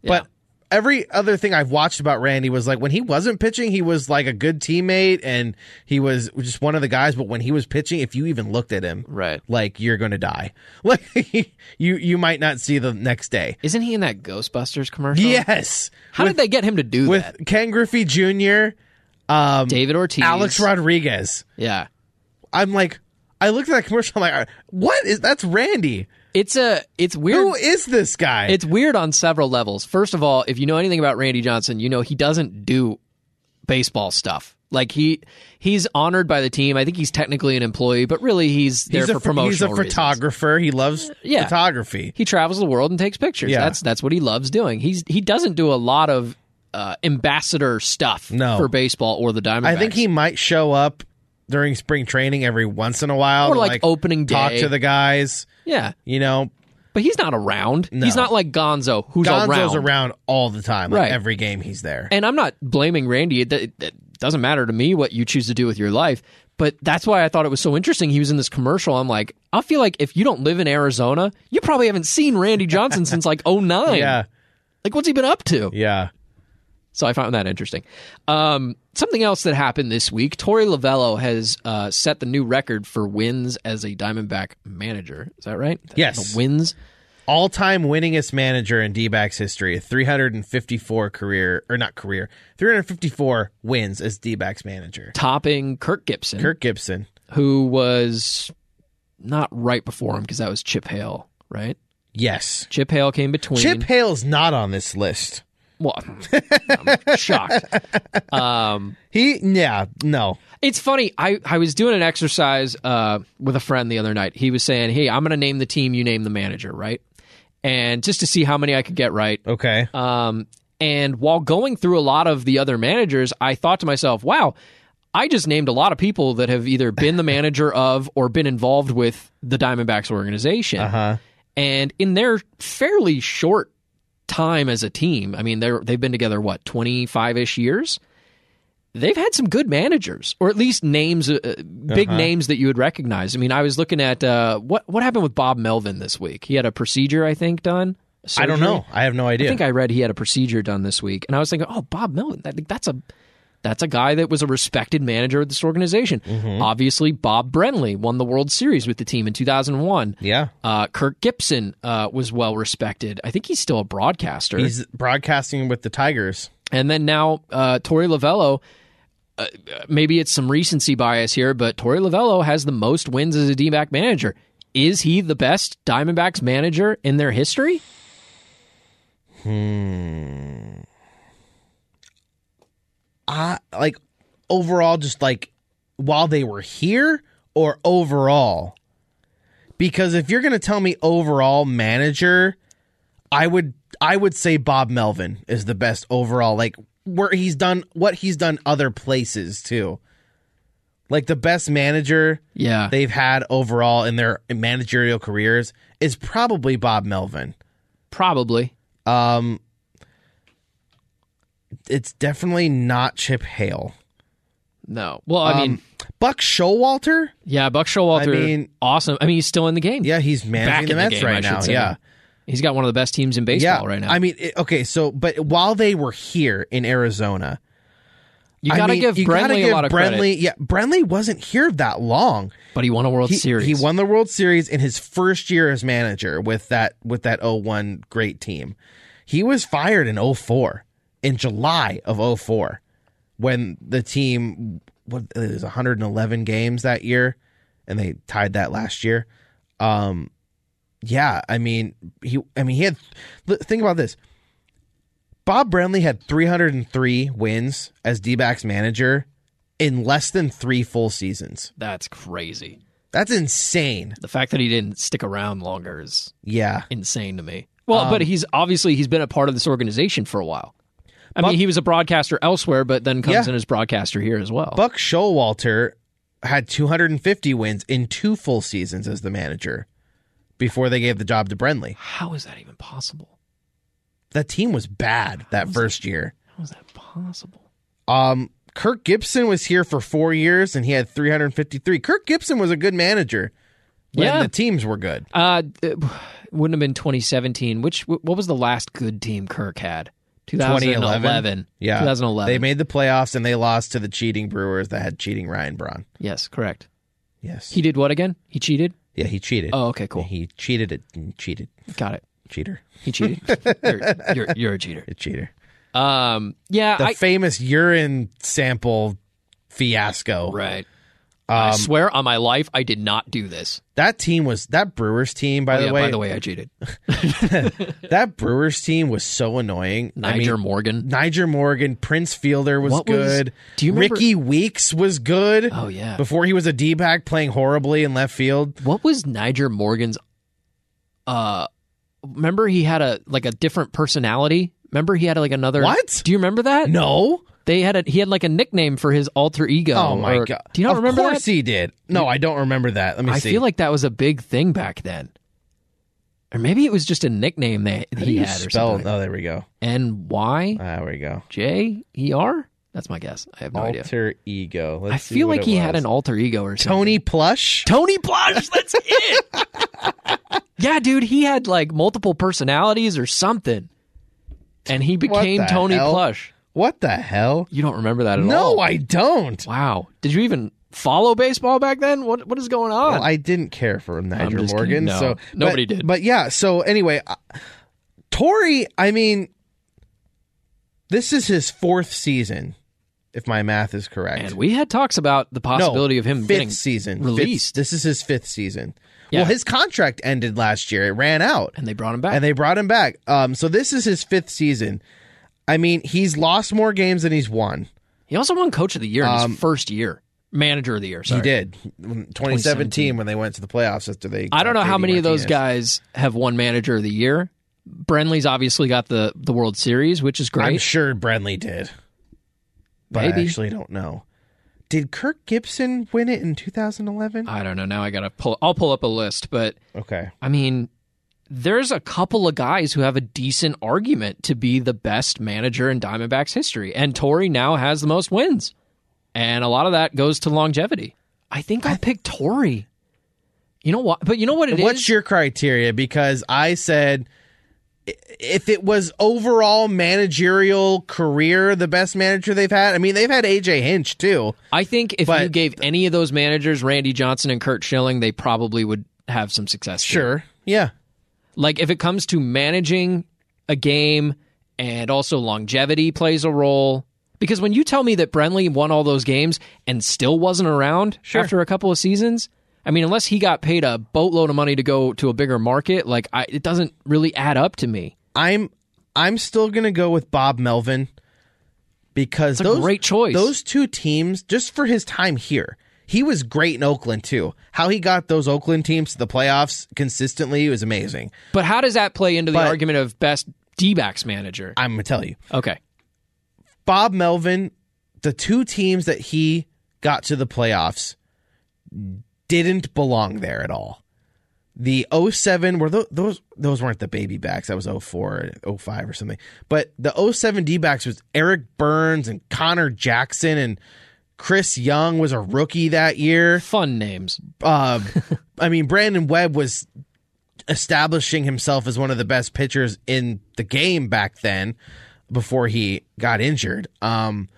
Speaker 3: But every other thing I've watched about Randy was like when he wasn't pitching, he was like a good teammate and he was just one of the guys. But when he was pitching, if you even looked at him,
Speaker 2: Right.
Speaker 3: like you're going to die. Like you, you might not see the next day.
Speaker 2: Isn't he in that Ghostbusters commercial?
Speaker 3: Yes,
Speaker 2: How did they get him to do
Speaker 3: with
Speaker 2: that?
Speaker 3: Ken Griffey Jr., um,
Speaker 2: David Ortiz,
Speaker 3: Alex Rodriguez.
Speaker 2: Yeah,
Speaker 3: I'm like, I looked at that commercial. I'm like, what is that's Randy?
Speaker 2: it's a it's weird.
Speaker 3: Who is this guy?
Speaker 2: It's weird on several levels. First of all, if you know anything about Randy Johnson, you know he doesn't do baseball stuff. Like he he's honored by the team. I think he's technically an employee, but really he's there
Speaker 3: he's
Speaker 2: for
Speaker 3: a, he's a
Speaker 2: promotional reasons.
Speaker 3: photographer. He loves
Speaker 2: Yeah.
Speaker 3: photography.
Speaker 2: He travels the world and takes pictures.
Speaker 3: Yeah.
Speaker 2: That's that's what he loves doing. He's he doesn't do a lot of uh, ambassador stuff
Speaker 3: No.
Speaker 2: for baseball or the Diamondbacks.
Speaker 3: I think he might show up during spring training every once in a while,
Speaker 2: Or,
Speaker 3: to,
Speaker 2: like, opening
Speaker 3: talk
Speaker 2: day.
Speaker 3: to the guys.
Speaker 2: yeah,
Speaker 3: You know,
Speaker 2: but he's not around. He's not like Gonzo, who's
Speaker 3: Gonzo's around all the time. Like
Speaker 2: Right.
Speaker 3: every game, he's there.
Speaker 2: and I'm not blaming Randy. It, it, it doesn't matter to me what you choose to do with your life. But that's why I thought it was so interesting. He was in this commercial. I'm like, I feel like if you don't live in Arizona, you probably haven't seen Randy Johnson since like 09.
Speaker 3: yeah,
Speaker 2: Like, what's he been up to?
Speaker 3: yeah.
Speaker 2: So I found that interesting. Um, something else that happened this week Tori Lavello has uh, set the new record for wins as a Diamondback manager. Is that right?
Speaker 3: Yes.
Speaker 2: The wins.
Speaker 3: All time winningest manager in D backs history, 354 career, or not career, 354 wins as D backs manager.
Speaker 2: Topping Kirk Gibson,
Speaker 3: Kirk Gibson.
Speaker 2: who was not right before him because that was Chip Hale, right?
Speaker 3: Yes.
Speaker 2: Chip Hale came between.
Speaker 3: Chip Hale's not on this list.
Speaker 2: Well, I'm shocked. Um,
Speaker 3: He, yeah, no.
Speaker 2: it's funny. I, I was doing an exercise uh, with a friend the other night. He was saying, "Hey, I'm going to name the team. You name the manager, right?" And just to see how many I could get right.
Speaker 3: Okay.
Speaker 2: Um, and while going through a lot of the other managers, I thought to myself, "Wow." I just named a lot of people that have either been the manager of or been involved with the Diamondbacks organization.
Speaker 3: Uh,
Speaker 2: and in their fairly short time as a team, I mean, they're they've been together what twenty five ish years. They've had some good managers, or at least names, uh, uh,
Speaker 3: Uh-huh.
Speaker 2: big names that you would recognize. I mean, I was looking at uh, what what happened with Bob Melvin this week. He had a procedure, I think, done.
Speaker 3: I don't
Speaker 2: surgery.
Speaker 3: know. I have no idea.
Speaker 2: I think I read he had a procedure done this week, and I was thinking, oh, Bob Melvin, that, that's a that's a guy that was a respected manager of this organization. Obviously, Bob Brenly won the World Series with the team in two thousand one.
Speaker 3: yeah.
Speaker 2: Uh, Kirk Gibson uh, was well respected. I think he's still a broadcaster.
Speaker 3: He's broadcasting with the Tigers.
Speaker 2: and then now uh, Tori Lavello. Uh, maybe it's some recency bias here, but Tori Lavello has the most wins as a D-back manager. Is he the best Diamondbacks manager in their history?
Speaker 3: I like overall just like while they were here or overall. Because if you're going to tell me overall manager, I would I would say Bob Melvin is the best overall like where he's done what he's done other places too. Like the best manager
Speaker 2: Yeah,
Speaker 3: they've had overall in their managerial careers is probably Bob Melvin.
Speaker 2: probably.
Speaker 3: Um, it's definitely not Chip Hale.
Speaker 2: No. Well, I mean,
Speaker 3: Buck Showalter,
Speaker 2: yeah, Buck Showalter.
Speaker 3: I mean-
Speaker 2: awesome. I mean, he's still in the game.
Speaker 3: yeah, he's
Speaker 2: back
Speaker 3: managing
Speaker 2: in
Speaker 3: the Mets
Speaker 2: game I
Speaker 3: right
Speaker 2: should
Speaker 3: now.
Speaker 2: say.
Speaker 3: Yeah,
Speaker 2: he's got one of the best teams in baseball
Speaker 3: yeah.
Speaker 2: right now.
Speaker 3: I mean, it- okay, so but while they were here in Arizona,
Speaker 2: You
Speaker 3: I
Speaker 2: got to
Speaker 3: mean,
Speaker 2: give
Speaker 3: you gotta
Speaker 2: Brenly
Speaker 3: give
Speaker 2: a lot of
Speaker 3: Brenly-
Speaker 2: credit,
Speaker 3: Yeah, Brenly wasn't here that long.
Speaker 2: but he won a World
Speaker 3: He,
Speaker 2: Series.
Speaker 3: he won the World Series in his first year as manager with that with that 01 great team. He was fired in 04 in July of 04 when the team what it was 111 games that year and they tied that last year. Um yeah, I mean he I mean he had th- think about this. Bob Brenly had 303 wins as D-backs manager in less than 3 full seasons.
Speaker 2: That's crazy.
Speaker 3: That's insane.
Speaker 2: The fact that he didn't stick around longer is
Speaker 3: Yeah.
Speaker 2: insane to me. Well, but
Speaker 3: Um,
Speaker 2: he's obviously he's been a part of this organization for a while. I mean, he was a broadcaster elsewhere, but then comes
Speaker 3: Yeah.
Speaker 2: in as broadcaster here as well.
Speaker 3: Buck Showalter had 250 wins in two full seasons as the manager before they gave the job to Brenly.
Speaker 2: How is that even possible?
Speaker 3: That team was bad that first year.
Speaker 2: How is that possible?
Speaker 3: Um, Kirk Gibson was here for four years and he had 353. Kirk Gibson was a good manager when
Speaker 2: Yeah.
Speaker 3: the teams were good.
Speaker 2: Uh, it wouldn't have been 2017. Which what was the last good team Kirk had? 2011.
Speaker 3: 2011. Yeah.
Speaker 2: 2011.
Speaker 3: They made the playoffs and they lost to the cheating Brewers that had cheating Ryan Braun.
Speaker 2: yes, correct.
Speaker 3: Yes.
Speaker 2: He did what again? He cheated.
Speaker 3: yeah, he cheated.
Speaker 2: Oh, okay, cool.
Speaker 3: He cheated it and cheated.
Speaker 2: Got it.
Speaker 3: Cheater.
Speaker 2: He cheated. you're, you're, you're a cheater.
Speaker 3: A cheater.
Speaker 2: Um, yeah,
Speaker 3: the
Speaker 2: I,
Speaker 3: famous urine sample fiasco.
Speaker 2: right. I
Speaker 3: Um,
Speaker 2: swear on my life, I did not do this.
Speaker 3: That team was that Brewers team. By,
Speaker 2: Oh,
Speaker 3: the,
Speaker 2: yeah,
Speaker 3: way,
Speaker 2: by the way, I cheated.
Speaker 3: that Brewers team was so annoying.
Speaker 2: Niger
Speaker 3: I mean,
Speaker 2: Morgan.
Speaker 3: Niger Morgan, Prince Fielder was
Speaker 2: What was-
Speaker 3: good.
Speaker 2: do you remember-
Speaker 3: Ricky Weeks was good.
Speaker 2: Oh, yeah.
Speaker 3: before he was a D back playing horribly in left field.
Speaker 2: What was Niger Morgan's? Uh, remember he had a like a different personality. Remember he had like another.
Speaker 3: What?
Speaker 2: Do you remember that?
Speaker 3: No,
Speaker 2: They had a he had like a nickname for his alter ego.
Speaker 3: oh my
Speaker 2: or-
Speaker 3: god.
Speaker 2: Do you not
Speaker 3: of
Speaker 2: remember
Speaker 3: course
Speaker 2: that?
Speaker 3: he did. No, I don't remember that. Let me
Speaker 2: I
Speaker 3: see.
Speaker 2: feel like that was a big thing back then, or maybe it was just a nickname that
Speaker 3: How do
Speaker 2: he
Speaker 3: you
Speaker 2: had or
Speaker 3: spell-
Speaker 2: something.
Speaker 3: Oh, there we go.
Speaker 2: N Y
Speaker 3: Ah, there we go.
Speaker 2: J E R. That's my guess. I have no idea.
Speaker 3: Alter ego. Let's
Speaker 2: I
Speaker 3: see
Speaker 2: feel
Speaker 3: what
Speaker 2: like
Speaker 3: it
Speaker 2: he had
Speaker 3: was.
Speaker 2: an alter ego or something.
Speaker 3: Tony Plush.
Speaker 2: Tony Plush, that's it. yeah, dude, he had like multiple personalities or something, and he became
Speaker 3: the
Speaker 2: Tony
Speaker 3: hell?
Speaker 2: Plush.
Speaker 3: What the hell?
Speaker 2: You don't remember that at all?
Speaker 3: No, I don't.
Speaker 2: Wow. Did you even follow baseball back then? What What is going on?
Speaker 3: Well, I didn't care for Niger
Speaker 2: just kidding.
Speaker 3: Morgan.
Speaker 2: No,
Speaker 3: so
Speaker 2: nobody
Speaker 3: but-
Speaker 2: did.
Speaker 3: But yeah. So anyway, uh, Tori. I mean, this is his fourth season, if my math is correct.
Speaker 2: and we had talks about the
Speaker 3: No,
Speaker 2: possibility of him
Speaker 3: fifth
Speaker 2: getting
Speaker 3: season Fifth-
Speaker 2: released,
Speaker 3: this is his fifth season.
Speaker 2: Yeah.
Speaker 3: Well, his contract ended last year. It ran out,
Speaker 2: and they brought him back.
Speaker 3: and they brought him back. Um, so this is his fifth season. I mean, he's lost more games than he's won.
Speaker 2: he also won Coach of the Year in his first year, Manager of the Year. Sorry.
Speaker 3: Um, He did. 2017 when they went to the playoffs after they
Speaker 2: I don't know
Speaker 3: got
Speaker 2: how
Speaker 3: JD
Speaker 2: many of those guys
Speaker 3: Martinez.
Speaker 2: have won Manager of the Year. Brenly's obviously got the the World Series, which is
Speaker 3: I'm
Speaker 2: great.
Speaker 3: sure Brenly did. But I
Speaker 2: Maybe.
Speaker 3: actually don't know. Did Kirk Gibson win it in 2011?
Speaker 2: I don't know. Now I gotta pull. I'll pull up a list, but
Speaker 3: Okay.
Speaker 2: I mean, there's a couple of guys who have a decent argument to be the best manager in Diamondbacks history, and Torrey now has the most wins, and a lot of that goes to longevity. I think I'll pick Torrey. You know what? But you know what it is.
Speaker 3: What's your criteria? Because I said i- if it was overall managerial career, the best manager they've had. I mean, they've had AJ Hinch too.
Speaker 2: I think if
Speaker 3: But-
Speaker 2: you gave any of those managers Randy Johnson and Kurt Schilling, they probably would have some success. too.
Speaker 3: Sure. Yeah.
Speaker 2: Like if it comes to managing a game and also longevity plays a role. Because when you tell me that Brenly won all those games and still wasn't around after a couple of seasons, I mean, unless he got paid a boatload of money to go to a bigger market, like I, it doesn't really add up to me.
Speaker 3: I'm I'm still gonna go with Bob Melvin
Speaker 2: It's
Speaker 3: because
Speaker 2: a
Speaker 3: those
Speaker 2: great choice.
Speaker 3: Those two teams, just for his time here, he was great in Oakland too. How he got those Oakland teams to the playoffs consistently was amazing.
Speaker 2: But how does that play into the
Speaker 3: But-
Speaker 2: argument of best D backs manager?
Speaker 3: I'm gonna tell you,
Speaker 2: Okay.
Speaker 3: Bob Melvin, the two teams that he got to the playoffs didn't belong there at all. The 07 were those, those those weren't the baby backs. That was 04 or 05 or something. But the 07 D backs was Eric Burns and Connor Jackson and Chris Young was a rookie that year.
Speaker 2: Fun names.
Speaker 3: Uh, I mean, Brandon Webb was establishing himself as one of the best pitchers in the game back then before he got injured. Um,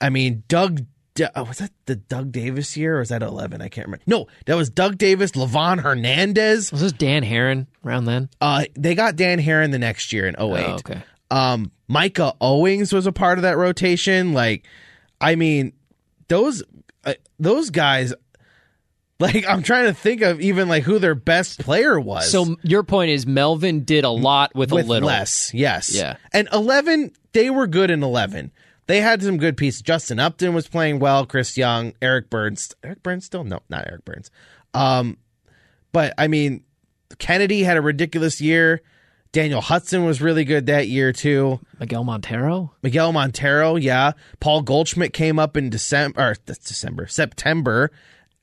Speaker 3: I mean, Doug. D- oh, was that the Doug Davis year or was that 11? I can't remember. No, that was Doug Davis, Levon Hernandez.
Speaker 2: Was this Dan Heron around then?
Speaker 3: Uh, they got Dan Heron the next year in 08.
Speaker 2: Oh, okay.
Speaker 3: Um, Micah Owings was a part of that rotation. Like, I mean, those uh, those guys. Like, I'm trying to think of even like who their best player was.
Speaker 2: So m- your point is Melvin did a lot with,
Speaker 3: with
Speaker 2: a little.
Speaker 3: less, yes,
Speaker 2: Yeah.
Speaker 3: And eleven, they were good in eleven. They had some good pieces. Justin Upton was playing well. Chris Young, Eric Burns, Eric Burns still no, not Eric Burns. Um, but I mean, Kennedy had a ridiculous year. Daniel Hudson was really good that year too.
Speaker 2: Miguel Montero?
Speaker 3: Miguel Montero, yeah. Paul Goldschmidt came up in December, or that's December, September,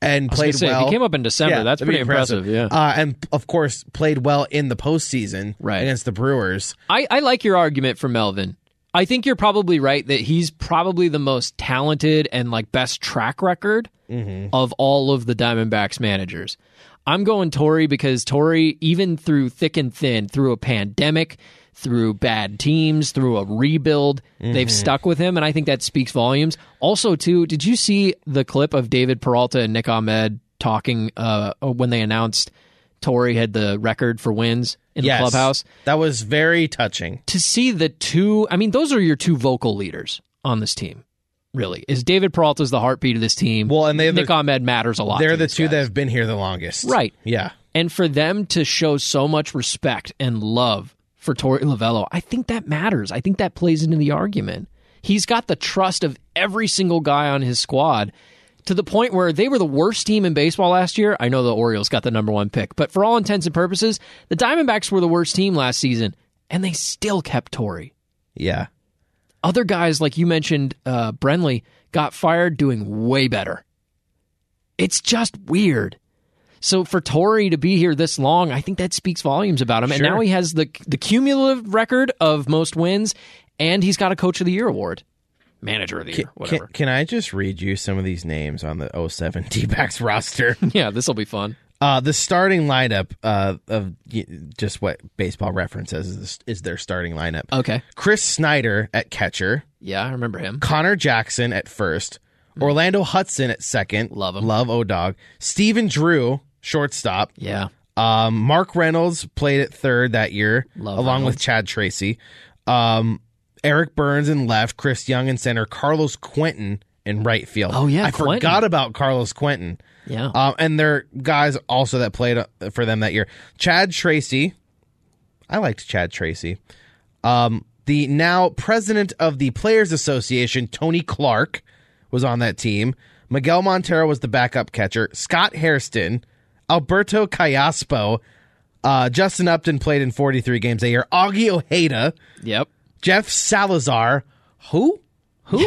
Speaker 3: and
Speaker 2: I was
Speaker 3: played
Speaker 2: gonna say,
Speaker 3: well.
Speaker 2: If he came up in December.
Speaker 3: Yeah,
Speaker 2: that's
Speaker 3: that'd be
Speaker 2: pretty impressive. Yeah.
Speaker 3: Uh, and of course, played well in the postseason
Speaker 2: Right.
Speaker 3: against the Brewers.
Speaker 2: I, I like your argument for Melvin. I think you're probably right that he's probably the most talented and like best track record of all of the Diamondbacks managers. I'm going Tory because Tory, even through thick and thin, through a pandemic, through bad teams, through a rebuild, they've stuck with him, and I think that speaks volumes. Also, too, did you see the clip of David Peralta and Nick Ahmed talking uh, when they announced Tory had the record for wins in
Speaker 3: Yes.
Speaker 2: the clubhouse?
Speaker 3: That was very touching.
Speaker 2: to see the two I mean, those are your two vocal leaders on this team, really. Is David Peralta's the heartbeat of this team.
Speaker 3: Well, and they're the-
Speaker 2: Nick Ahmed matters a lot.
Speaker 3: They're
Speaker 2: to
Speaker 3: the
Speaker 2: these
Speaker 3: two that
Speaker 2: guys.
Speaker 3: have been here the longest.
Speaker 2: Right.
Speaker 3: Yeah.
Speaker 2: And for them to show so much respect and love for Tori Lavello, I think that matters. I think that plays into the argument. He's got the trust of every single guy on his squad to the point where they were the worst team in baseball last year. I know the Orioles got the number one pick, but for all intents and purposes, the Diamondbacks were the worst team last season, and they still kept Tori.
Speaker 3: Yeah.
Speaker 2: other guys like you mentioned uh, brenly got fired doing way better it's just weird so for Torrey to be here this long i think that speaks volumes about him and
Speaker 3: Sure.
Speaker 2: now he has the the cumulative record of most wins and he's got a coach of the year award manager of the year
Speaker 3: Can,
Speaker 2: whatever
Speaker 3: can I just read you some of these names on the 07 D backs roster?
Speaker 2: yeah this will be fun
Speaker 3: Uh, the starting lineup uh, of y- just what baseball reference says is, is their starting lineup.
Speaker 2: okay
Speaker 3: Chris Snyder at catcher,
Speaker 2: yeah i remember him
Speaker 3: Connor Jackson at first, Orlando Hudson at second.
Speaker 2: Hmm. Love him.
Speaker 3: Love O'Dog. Steven Drew, shortstop.
Speaker 2: yeah
Speaker 3: Um, Mark Reynolds played at third that year,
Speaker 2: Love
Speaker 3: along
Speaker 2: Reynolds.
Speaker 3: with Chad Tracy. Um, Eric Burns in left, Chris Young in center, Carlos Quentin in right field.
Speaker 2: Oh, yeah,
Speaker 3: I
Speaker 2: Quentin.
Speaker 3: forgot about Carlos Quentin.
Speaker 2: yeah
Speaker 3: Um, and their guys also that played uh, for them that year. Chad Tracy. I liked Chad Tracy. Um, the now president of the Players Association, Tony Clark, was on that team. Miguel Montero was the backup catcher. Scott Hairston, Alberto Callaspo, uh, Justin Upton played in 43 games a year. Augie Ojeda,
Speaker 2: yep
Speaker 3: Jeff Salazar, who? Who?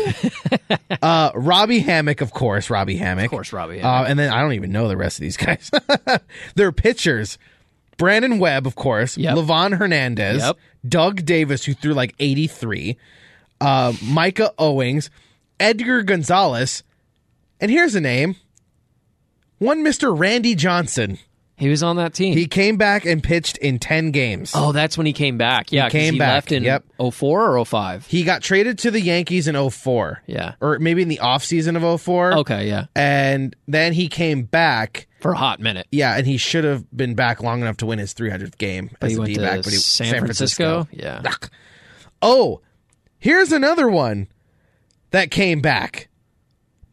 Speaker 3: uh, Robbie Hammock, of course. Robbie Hammock. Of
Speaker 2: course, Robbie
Speaker 3: Uh, and then I don't even know the rest of these guys. Their pitchers. Brandon Webb, of course.
Speaker 2: Yep.
Speaker 3: Levon Hernandez.
Speaker 2: Yep.
Speaker 3: Doug Davis, who threw like 83. Uh, Micah Owings. Edgar Gonzalez. And here's a name. One Mr. Randy Johnson.
Speaker 2: he was on that team
Speaker 3: He came back and pitched in 10 games.
Speaker 2: oh that's when he came back yeah 'cause he,
Speaker 3: came back,
Speaker 2: left in
Speaker 3: yep.
Speaker 2: 04 or 05
Speaker 3: He got traded to the Yankees in 04.
Speaker 2: Yeah.
Speaker 3: Or maybe in the offseason of 04.
Speaker 2: okay yeah
Speaker 3: And then he came back.
Speaker 2: for a hot minute
Speaker 3: Yeah, and he should have been back long enough to win his 300th game
Speaker 2: But
Speaker 3: as
Speaker 2: he
Speaker 3: a
Speaker 2: went
Speaker 3: D-back,
Speaker 2: to
Speaker 3: but he-
Speaker 2: San, Francisco. Yeah.
Speaker 3: Oh, here's another one that came back.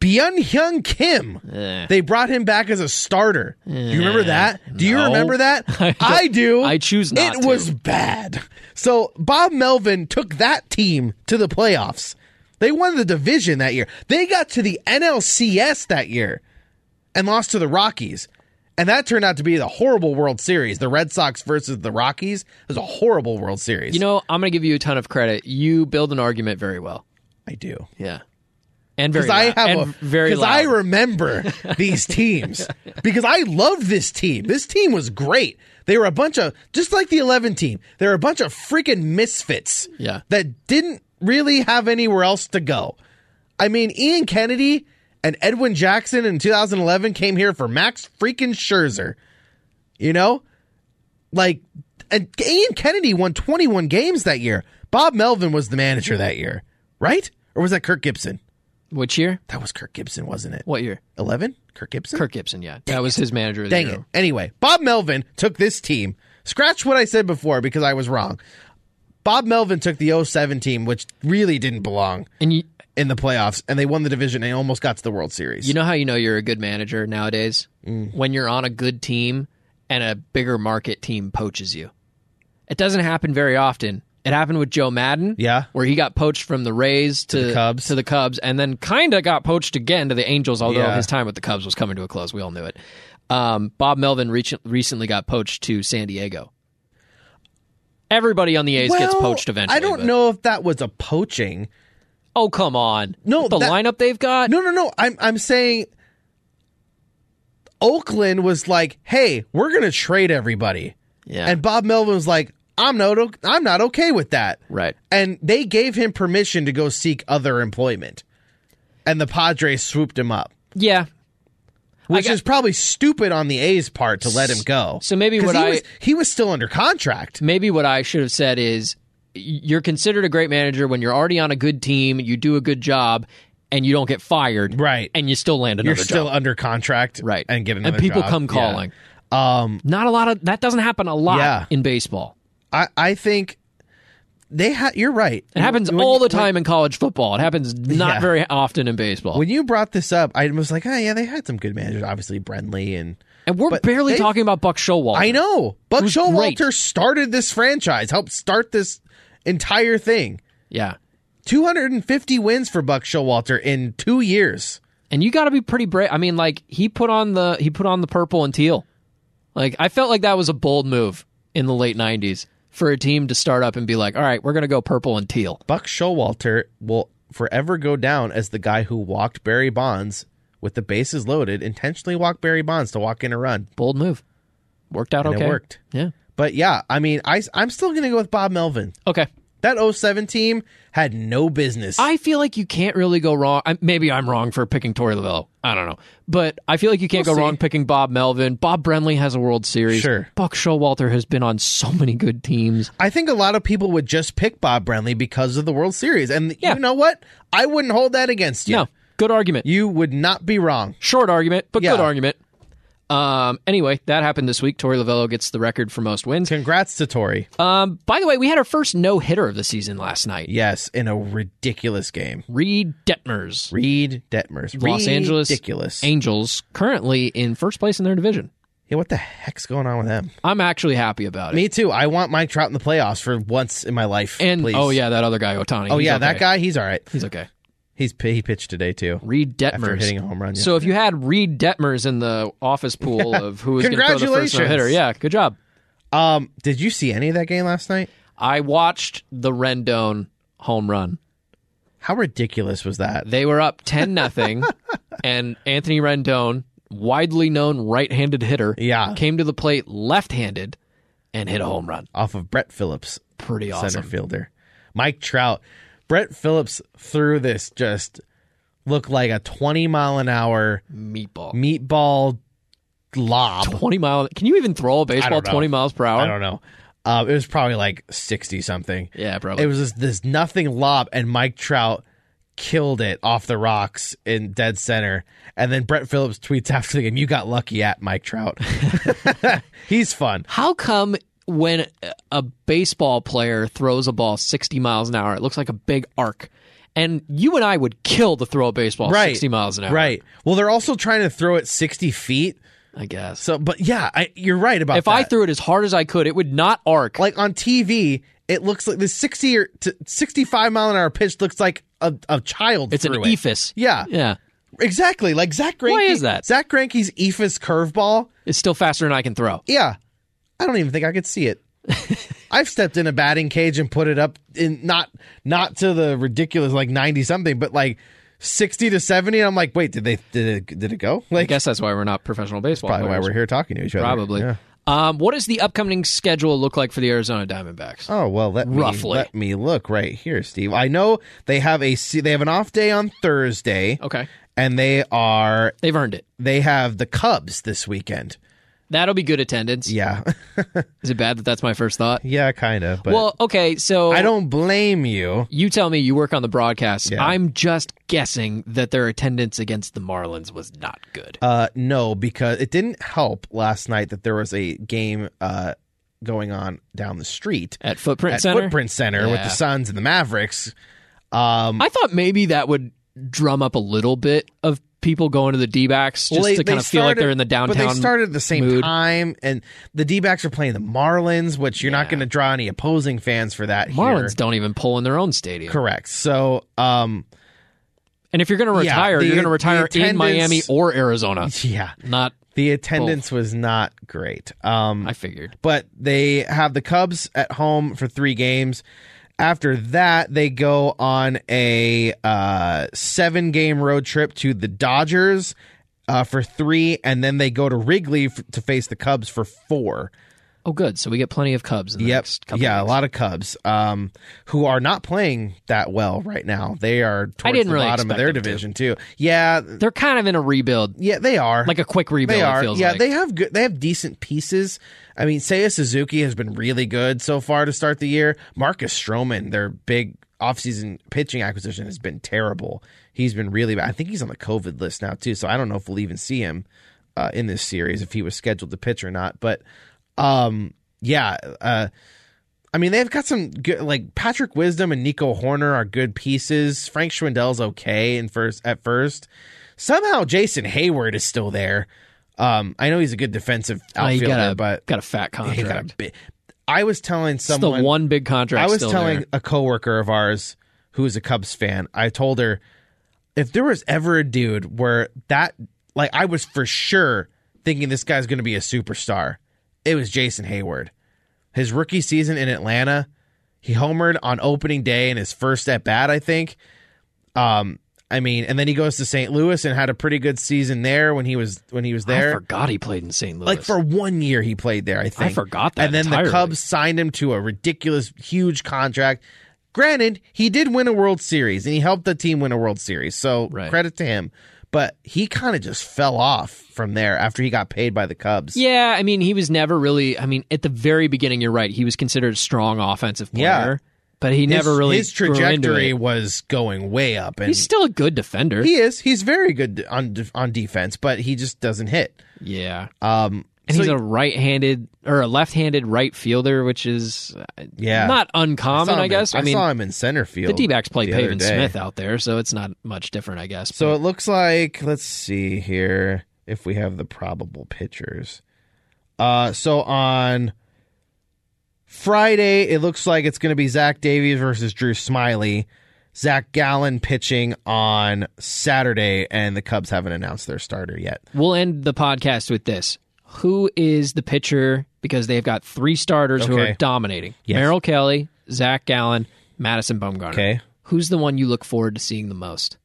Speaker 3: Byun Hyung Kim.
Speaker 2: Eh.
Speaker 3: They brought him back as a starter. Do you remember that? Do you
Speaker 2: no.
Speaker 3: remember that?
Speaker 2: I
Speaker 3: I,
Speaker 2: don't-
Speaker 3: do.
Speaker 2: I choose not
Speaker 3: It
Speaker 2: to.
Speaker 3: was bad. So Bob Melvin took that team to the playoffs. They won the division that year. They got to the NLCS that year and lost to the Rockies. And that turned out to be the horrible World Series. The Red Sox versus the Rockies It was a horrible World Series.
Speaker 2: You know, I'm going to give you a ton of credit. You build an argument very well.
Speaker 3: I do.
Speaker 2: Yeah. And very
Speaker 3: because I
Speaker 2: loud.
Speaker 3: have
Speaker 2: and
Speaker 3: a
Speaker 2: very
Speaker 3: because I
Speaker 2: loud.
Speaker 3: remember these teams because I love this team. This team was great. They were a bunch of just like the eleven team. They were a bunch of freaking misfits.
Speaker 2: Yeah.
Speaker 3: that didn't really have anywhere else to go. I mean, Ian Kennedy and Edwin Jackson in 2011 came here for Max freaking Scherzer. You know, like and Ian Kennedy won 21 games that year. Bob Melvin was the manager that year, right? Or was that Kirk Gibson?
Speaker 2: Which year?
Speaker 3: That was Kirk Gibson, wasn't it?
Speaker 2: What year?
Speaker 3: 11? Kirk Gibson?
Speaker 2: Kirk Gibson, yeah. that was his manager. Of the
Speaker 3: Dang
Speaker 2: year.
Speaker 3: it. Anyway, Bob Melvin took this team. Scratch what I said before because I was wrong. Bob Melvin took the 07 team, which really didn't belong
Speaker 2: And you,
Speaker 3: in the playoffs, and they won the division and almost got to the World Series.
Speaker 2: you know how you know you're a good manager nowadays?
Speaker 3: Mm.
Speaker 2: When you're on a good team and a bigger market team poaches you. It doesn't happen very often. It happened with Joe Madden.
Speaker 3: Yeah.
Speaker 2: Where he got poached from the Rays to,
Speaker 3: the Cubs.
Speaker 2: To the Cubs and then kind of got poached again to the Angels, although
Speaker 3: Yeah.
Speaker 2: his time with the Cubs was coming to a close. We all knew it. Um, Bob Melvin reach- recently got poached to San Diego. Everybody on the A's gets
Speaker 3: Well,
Speaker 2: poached eventually.
Speaker 3: I don't
Speaker 2: but-
Speaker 3: know if that was a poaching.
Speaker 2: Oh, come on.
Speaker 3: No,
Speaker 2: With the
Speaker 3: that-
Speaker 2: lineup they've got.
Speaker 3: No, no, no. I'm I'm saying Oakland was like, "Hey, we're going to trade everybody."
Speaker 2: yeah.
Speaker 3: And Bob Melvin was like, "I'm not o- I'm not okay with that."
Speaker 2: right.
Speaker 3: And they gave him permission to go seek other employment. And the Padres swooped him up,
Speaker 2: Yeah.
Speaker 3: which
Speaker 2: got-
Speaker 3: is probably stupid on the A's part to let him go.
Speaker 2: so maybe
Speaker 3: 'Cause
Speaker 2: what
Speaker 3: he
Speaker 2: I-
Speaker 3: was, he was still under contract.
Speaker 2: maybe what I should have said is you're considered a great manager when you're already on a good team, you do a good job, and you don't get fired,
Speaker 3: Right.
Speaker 2: And you still land another
Speaker 3: You're still
Speaker 2: job,
Speaker 3: under contract,
Speaker 2: right?
Speaker 3: And get another
Speaker 2: and people
Speaker 3: job.
Speaker 2: come
Speaker 3: Yeah.
Speaker 2: calling. Um, not a lot of that doesn't happen a lot
Speaker 3: Yeah.
Speaker 2: in baseball.
Speaker 3: I, I think they ha- you're right.
Speaker 2: It happens all the time in college football. It happens not
Speaker 3: Yeah.
Speaker 2: very often in baseball.
Speaker 3: When you brought this up, I was like, oh yeah, they had some good managers, obviously Brenly and
Speaker 2: and we're
Speaker 3: but
Speaker 2: barely
Speaker 3: they-
Speaker 2: talking about Buck Showalter.
Speaker 3: I know. Buck
Speaker 2: Who's great.
Speaker 3: Showalter started this franchise, helped start this entire thing.
Speaker 2: Yeah.
Speaker 3: 250 wins for Buck Showalter in two years.
Speaker 2: And you got to be pretty brave. I mean, like he put on the he put on the purple and teal. Like I felt like that was a bold move in the late '90s for a team to start up and be like, "All right, we're gonna go purple and teal."
Speaker 3: Buck Showalter will forever go down as the guy who walked Barry Bonds with the bases loaded, intentionally walked Barry Bonds to walk in a run.
Speaker 2: Bold move, worked out
Speaker 3: And
Speaker 2: okay.
Speaker 3: it worked.
Speaker 2: Yeah.
Speaker 3: But yeah, I mean, I, I'm still going to go with Bob Melvin.
Speaker 2: Okay.
Speaker 3: That 07 team had no business.
Speaker 2: I feel like you can't really go wrong. I, maybe I'm wrong for picking Tori Lavello. I don't know, but I feel like you can't
Speaker 3: We'll
Speaker 2: go
Speaker 3: see.
Speaker 2: wrong picking Bob Melvin. Bob Brenly has a World Series.
Speaker 3: Sure.
Speaker 2: Buck Showalter has been on so many good teams.
Speaker 3: I think a lot of people would just pick Bob Brenly because of the World Series. And
Speaker 2: Yeah.
Speaker 3: you know what? I wouldn't hold that against you.
Speaker 2: No, good argument.
Speaker 3: You would not be wrong.
Speaker 2: Short argument, but
Speaker 3: Yeah.
Speaker 2: good argument. Um, anyway, that happened this week. Tori Lavello gets the record for most wins.
Speaker 3: Congrats to Tori.
Speaker 2: Um, by the way, we had our first no hitter of the season last night.
Speaker 3: yes, in a ridiculous game.
Speaker 2: Reed Detmers,
Speaker 3: Reed Detmers.
Speaker 2: Los Angeles
Speaker 3: Ridiculous.
Speaker 2: Angels, currently in first place in their division.
Speaker 3: Yeah, what the heck's going on with them?
Speaker 2: I'm actually happy about it.
Speaker 3: Me too. I want Mike Trout in the playoffs for once in my life.
Speaker 2: and
Speaker 3: please.
Speaker 2: oh yeah, that other guy Otani.
Speaker 3: Oh yeah, that guy, he's all right.
Speaker 2: He's okay.
Speaker 3: He's he pitched today too.
Speaker 2: Reed Detmers
Speaker 3: After hitting a home run. yeah.
Speaker 2: So if you had Reed Detmers in the office pool of who is going to throw the first
Speaker 3: Congratulations.
Speaker 2: no hitter, yeah, good job.
Speaker 3: um did you see any of that game last night?
Speaker 2: I watched the Rendon home run.
Speaker 3: How ridiculous was that?
Speaker 2: They were up 10 nothing and Anthony Rendon, widely known right-handed hitter,
Speaker 3: Yeah.
Speaker 2: came to the plate left-handed and hit a home run.
Speaker 3: Off of Brett Phillips.
Speaker 2: Pretty awesome.
Speaker 3: center fielder. Mike Trout. Brett Phillips threw this just looked like a 20 mile an hour
Speaker 2: Meatball.
Speaker 3: meatball lob.
Speaker 2: 20 mile. Can you even throw a
Speaker 3: I
Speaker 2: baseball
Speaker 3: don't know.
Speaker 2: 20 miles per hour?
Speaker 3: I don't know. Uh, it was probably like 60 something.
Speaker 2: Yeah, probably.
Speaker 3: It was just this nothing lob, and Mike Trout killed it off the rocks in dead center. And then Brett Phillips tweets after the game, You got lucky at Mike Trout. He's fun.
Speaker 2: How come when a baseball player throws a ball 60 miles an hour, it looks like a big arc? And you and I would kill to throw a baseball 60 miles an hour.
Speaker 3: Right. Well, they're also trying to throw it 60 feet.
Speaker 2: I guess.
Speaker 3: So, but yeah, I, you're right about
Speaker 2: if I
Speaker 3: that.
Speaker 2: threw it as hard as I could, it would not arc.
Speaker 3: like on TV, it looks like the 60 or to 65 mile an hour pitch looks like a, a child.
Speaker 2: it's an
Speaker 3: threw it.
Speaker 2: ephus.
Speaker 3: Yeah,
Speaker 2: Yeah.
Speaker 3: exactly. Like Zach Greinke.
Speaker 2: Why is that?
Speaker 3: Zach Greinke's ephus curveball.
Speaker 2: It's still faster than I can throw.
Speaker 3: Yeah, I don't even think I could see it. I've stepped in a batting cage and put it up in not not to the ridiculous like 90 something, but like 60 to 70. And I'm like, wait, did they did it did it go?
Speaker 2: I
Speaker 3: Like
Speaker 2: guess that's why we're not professional baseball
Speaker 3: probably why
Speaker 2: players.
Speaker 3: we're here talking to each other.
Speaker 2: Probably.
Speaker 3: Yeah.
Speaker 2: Um, what does the upcoming schedule look like for the Arizona Diamondbacks?
Speaker 3: Oh well, let
Speaker 2: Roughly.
Speaker 3: me let me look right here, Steve. I know they have a se- they have an off day on Thursday,
Speaker 2: okay.
Speaker 3: and they are
Speaker 2: They've earned it.
Speaker 3: they have the Cubs this weekend.
Speaker 2: That'll be good attendance.
Speaker 3: Yeah,
Speaker 2: Is it bad that that's my first thought?
Speaker 3: yeah, kind of. But
Speaker 2: Well, okay, so
Speaker 3: I don't blame you.
Speaker 2: You tell me you work on the broadcast.
Speaker 3: Yeah.
Speaker 2: I'm just guessing that their attendance against the Marlins was not good.
Speaker 3: Uh, no, because it didn't help last night that there was a game uh, going on down the street
Speaker 2: At Footprint
Speaker 3: at
Speaker 2: Center?
Speaker 3: Footprint Center with
Speaker 2: Yeah.
Speaker 3: the Suns and the Mavericks.
Speaker 2: I thought maybe that would drum up a little bit of people going to the D backs just
Speaker 3: Well, they-
Speaker 2: to kind
Speaker 3: they
Speaker 2: of feel like
Speaker 3: started-
Speaker 2: they're in the
Speaker 3: But
Speaker 2: downtown.
Speaker 3: they started at the same
Speaker 2: mood.
Speaker 3: time, and the D backs are playing the Marlins, which you're not going to draw any opposing fans for that.
Speaker 2: Marlins
Speaker 3: here.
Speaker 2: don't even pull in their own stadium.
Speaker 3: correct. So, um,
Speaker 2: And if you're going to
Speaker 3: Yeah,
Speaker 2: retire,
Speaker 3: the-
Speaker 2: you're going to
Speaker 3: the
Speaker 2: retire in
Speaker 3: attendance-
Speaker 2: Miami or Arizona.
Speaker 3: yeah,
Speaker 2: Not,
Speaker 3: the attendance was not great. Um,
Speaker 2: I figured.
Speaker 3: but they have the Cubs at home for three games. After that, they go on a uh, seven game road trip to the Dodgers uh, for three, and then they go to Wrigley f- to face the Cubs for four.
Speaker 2: Oh, good. So we get plenty of Cubs. In the
Speaker 3: Yep.
Speaker 2: Next couple
Speaker 3: Yeah,
Speaker 2: weeks.
Speaker 3: a lot of Cubs um, who are not playing that well right now. They are towards
Speaker 2: didn't
Speaker 3: the
Speaker 2: really
Speaker 3: bottom of
Speaker 2: expect
Speaker 3: their
Speaker 2: them to.
Speaker 3: division, too. Yeah,
Speaker 2: They're kind of in a rebuild,
Speaker 3: yeah, they are.
Speaker 2: like a quick rebuild.
Speaker 3: They
Speaker 2: It
Speaker 3: are.
Speaker 2: feels
Speaker 3: Yeah,
Speaker 2: like.
Speaker 3: they have good. They have decent pieces. I mean, Seiya Suzuki has been really good so far to start the year. Marcus Stroman, their big offseason pitching acquisition, has been terrible. He's been really bad. I think he's on the COVID list now too, so I don't know if we'll even see him uh, in this series if he was scheduled to pitch or not. But um, yeah. Uh, I mean, they've got some good, like Patrick Wisdom and Nico Horner are good pieces. Frank Schwindel's okay in first at first. Somehow Jason Hayward is still there. Um, I know he's a good defensive
Speaker 2: Oh, you
Speaker 3: outfielder,
Speaker 2: got a,
Speaker 3: but
Speaker 2: got a fat
Speaker 3: he got
Speaker 2: contract.
Speaker 3: a bit. I was telling
Speaker 2: It's the
Speaker 3: someone
Speaker 2: one big contract.
Speaker 3: I was
Speaker 2: still
Speaker 3: telling
Speaker 2: there.
Speaker 3: a coworker of ours who is a Cubs fan. I told her if there was ever a dude where that like I was for sure thinking this guy's going to be a superstar. It was Jason Hayward. His rookie season in Atlanta, he homered on opening day in his first at bat, I think. Um I mean, and then he goes to St. Louis and had a pretty good season there when he was when he was
Speaker 2: I
Speaker 3: there.
Speaker 2: forgot he played in St. Louis.
Speaker 3: Like for one year he played there, I
Speaker 2: I
Speaker 3: think.
Speaker 2: forgot that.
Speaker 3: And then
Speaker 2: entirely.
Speaker 3: the Cubs signed him to a ridiculous, huge contract. Granted, he did win a World Series and he helped the team win a World Series. So
Speaker 2: Right.
Speaker 3: credit to him. But he kind of just fell off from there after he got paid by the Cubs.
Speaker 2: Yeah, I mean, he was never really. I mean, at the very beginning, you're right. He was considered a strong offensive player,
Speaker 3: Yeah.
Speaker 2: but he
Speaker 3: His-
Speaker 2: never really.
Speaker 3: His
Speaker 2: grew into
Speaker 3: trajectory
Speaker 2: it.
Speaker 3: was going way up. And
Speaker 2: He's still a good defender.
Speaker 3: he is. He's very good on, def- on defense, but he just doesn't hit.
Speaker 2: yeah,
Speaker 3: Um,
Speaker 2: and
Speaker 3: so-
Speaker 2: he's a right-handed or a left-handed right fielder, which is uh,
Speaker 3: yeah.
Speaker 2: not
Speaker 3: I saw
Speaker 2: uncommon, I,
Speaker 3: him
Speaker 2: guess.
Speaker 3: In,
Speaker 2: I mean,
Speaker 3: saw him in center field.
Speaker 2: the D-backs play
Speaker 3: the other
Speaker 2: Pavin
Speaker 3: day.
Speaker 2: Smith out there, so it's not much different, I guess.
Speaker 3: So it looks like let's see here if we have the probable pitchers. Uh, so on Friday, it looks like it's going to be Zach Davies versus Drew Smiley. Zach Gallen pitching on Saturday, and the Cubs haven't announced their starter yet.
Speaker 2: But we'll end the podcast with this: Who is the pitcher? Because they've got three starters who
Speaker 3: Okay.
Speaker 2: are dominating:
Speaker 3: Yes.
Speaker 2: Merrill Kelly, Zach Gallen, Madison Bumgarner.
Speaker 3: Okay,
Speaker 2: Who's the one you look forward to seeing the most?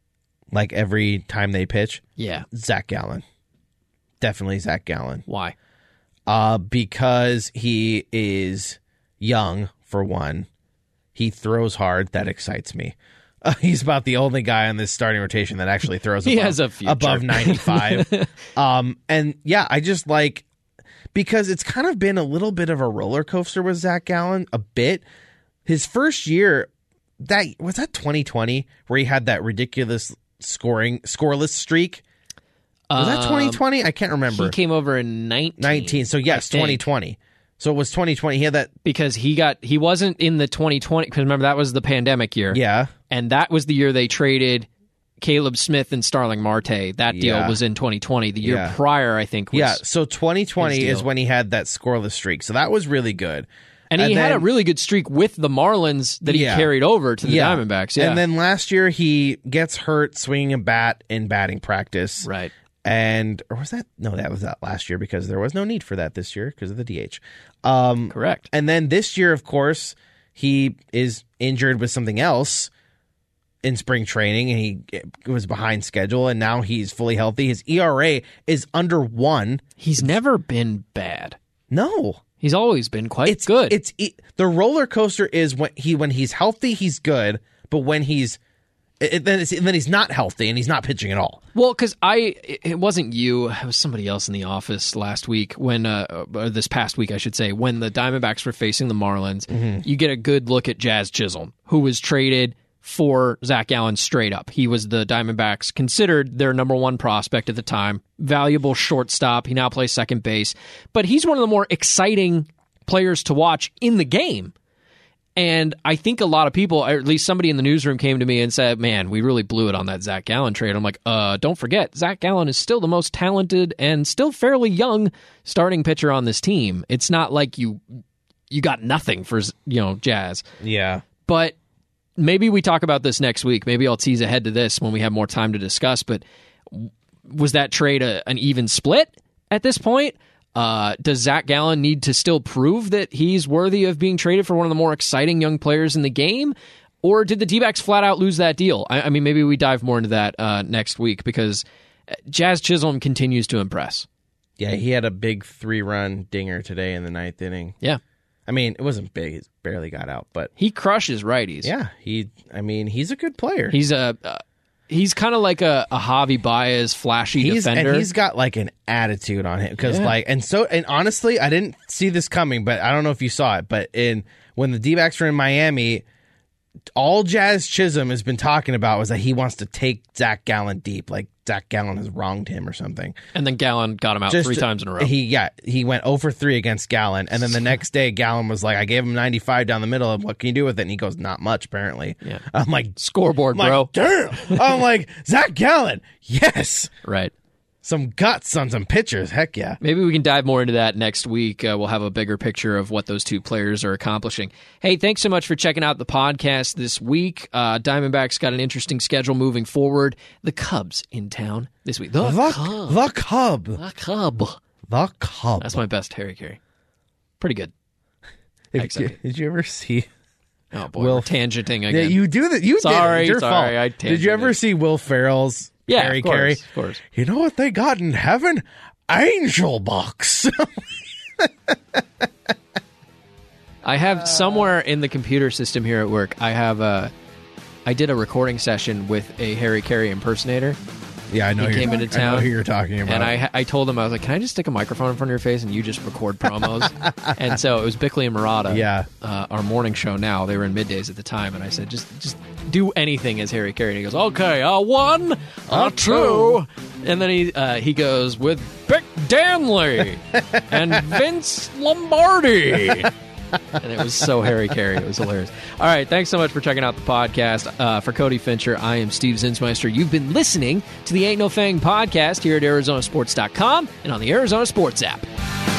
Speaker 3: like every time they pitch,
Speaker 2: Yeah.
Speaker 3: Zach Gallen, definitely Zach Gallen.
Speaker 2: Why?
Speaker 3: Uh, because he is young, for one. He throws hard. That excites me. Uh, he's about the only guy on this starting rotation that actually throws
Speaker 2: He
Speaker 3: above,
Speaker 2: has a future.
Speaker 3: above 95. um, and yeah, I just like because it's kind of been a little bit of a roller coaster with Zach Gallen, a bit. His first year, that was that 2020 where he had that ridiculous scoring scoreless streak. Was that 2020? I can't remember.
Speaker 2: Um, He came over in 19,
Speaker 3: 19 so yes
Speaker 2: think.
Speaker 3: 2020 so it was 2020 he had that
Speaker 2: because he got he wasn't in the 2020 because remember that was the pandemic year.
Speaker 3: yeah
Speaker 2: And that was the year they traded Caleb Smith and Starling Marte. That deal
Speaker 3: Yeah.
Speaker 2: was in 2020. The year
Speaker 3: Yeah.
Speaker 2: prior, I think, was
Speaker 3: yeah so 2020
Speaker 2: his
Speaker 3: is
Speaker 2: deal.
Speaker 3: when he had that scoreless streak so that was really good
Speaker 2: and he
Speaker 3: and
Speaker 2: had a
Speaker 3: then-
Speaker 2: really good streak with the Marlins that he
Speaker 3: Yeah.
Speaker 2: carried over to the Diamondbacks. Yeah.
Speaker 3: and then last year he gets hurt swinging a bat in batting practice
Speaker 2: right.
Speaker 3: and or was that no that was that last year because there was no need for that this year because of the dh um
Speaker 2: Correct.
Speaker 3: And then this year, of course, he is injured with something else in spring training and he was behind schedule and now he's fully healthy. His ERA is under one.
Speaker 2: He's never been bad.
Speaker 3: No.
Speaker 2: He's always been quite
Speaker 3: It's
Speaker 2: good.
Speaker 3: It's e- the roller coaster is when he when he's healthy, he's good, but when he's It- it- then, it's, then he's not healthy and he's not pitching at all.
Speaker 2: Well, because I, it- it wasn't you. It was somebody else in the office last week when, uh, or this past week, I should say, when the Diamondbacks were facing the Marlins. You get a good look at Jazz Chisholm, who was traded for Zach Allen straight up. He was the Diamondbacks considered their number one prospect at the time, valuable shortstop. He now plays second base, but he's one of the more exciting players to watch in the game. And I think a lot of people, or at least somebody in the newsroom, came to me and said, "Man, we really blew it on that Zach Allen trade." I'm like, "Uh, don't forget, Zach Allen is still the most talented and still fairly young starting pitcher on this team. It's not like you you got nothing for you know Jazz,
Speaker 3: Yeah.
Speaker 2: but maybe we talk about this next week. Maybe I'll tease ahead to this when we have more time to discuss. But w- was that trade a, an even split at this point? Uh, does Zach Gallen need to still prove that he's worthy of being traded for one of the more exciting young players in the game? Or did the D backs flat out lose that deal? I, I mean, maybe we dive more into that uh, next week because uh, Jazz Chisholm continues to impress.
Speaker 3: Yeah, he had a big three run dinger today in the ninth inning.
Speaker 2: Yeah.
Speaker 3: I mean, it wasn't big, it barely got out, but
Speaker 2: He crushes righties.
Speaker 3: yeah, he, I mean, he's a good player.
Speaker 2: He's a. Uh, He's kind of like a, a Javi Baez flashy
Speaker 3: He's-
Speaker 2: defender.
Speaker 3: and he's got like an attitude on him because like and so and honestly i didn't see this coming but i don't know if you saw it but in when the d-backs were in miami all jazz chisholm has been talking about was that he wants to take zach gallen deep like zach gallen has wronged him or something
Speaker 2: And then Gallon got him out three times in a row.
Speaker 3: he yeah he went over three against gallen and then the next day gallen was like i gave him 95 down the middle and what can you do with it and he goes not much apparently
Speaker 2: Yeah.
Speaker 3: i'm like
Speaker 2: Scoreboard,
Speaker 3: I'm like,
Speaker 2: bro.
Speaker 3: damn i'm like zach gallen yes
Speaker 2: Right.
Speaker 3: some guts on some pitchers. Heck yeah.
Speaker 2: Maybe we can dive more into that next week. Uh, we'll have a bigger picture of what those two players are accomplishing. Hey, thanks so much for checking out the podcast this week. Uh, Diamondbacks got an interesting schedule moving forward. The Cubs in town this week. The,
Speaker 3: The,
Speaker 2: Cub.
Speaker 3: the Cub.
Speaker 2: The Cub.
Speaker 3: The Cub.
Speaker 2: That's my best Harry Carey. Pretty good.
Speaker 3: If-
Speaker 2: excellent.
Speaker 3: did you ever see?
Speaker 2: Oh boy,
Speaker 3: Will-
Speaker 2: we're tangenting again.
Speaker 3: Yeah, you do that. You did.
Speaker 2: Sorry,
Speaker 3: it. Your
Speaker 2: sorry,
Speaker 3: fault.
Speaker 2: I
Speaker 3: did you ever
Speaker 2: tangented.
Speaker 3: see Will Ferrell's
Speaker 2: Yeah,
Speaker 3: Harry
Speaker 2: of course,
Speaker 3: Carey?
Speaker 2: of course.
Speaker 3: You know what they got in heaven? Angel box.
Speaker 2: I have somewhere in the computer system here at work. I have a. I did a recording session with a Harry Carey impersonator.
Speaker 3: yeah, I know.
Speaker 2: He
Speaker 3: who
Speaker 2: came
Speaker 3: you're,
Speaker 2: into
Speaker 3: I know
Speaker 2: town,
Speaker 3: who you're talking about.
Speaker 2: And I, I told him, I was like, can I just stick a microphone in front of your face and you just record promos? and so it was Bickley and Murata,
Speaker 3: Yeah.
Speaker 2: uh, our morning show now. They were in middays at the time. And I said, just just do anything as Harry Carey. And he goes, okay, a one, a, two. And then he uh, he goes, with Bick Danley and Vince Lombardi. and it was so Harry Carey. It was hilarious. All right. Thanks so much for checking out the podcast. Uh, for Cody Fincher, I am Steve Zinsmeister. You've been listening to the Ain't No Fang podcast here at ArizonaSports.com and on the Arizona Sports app.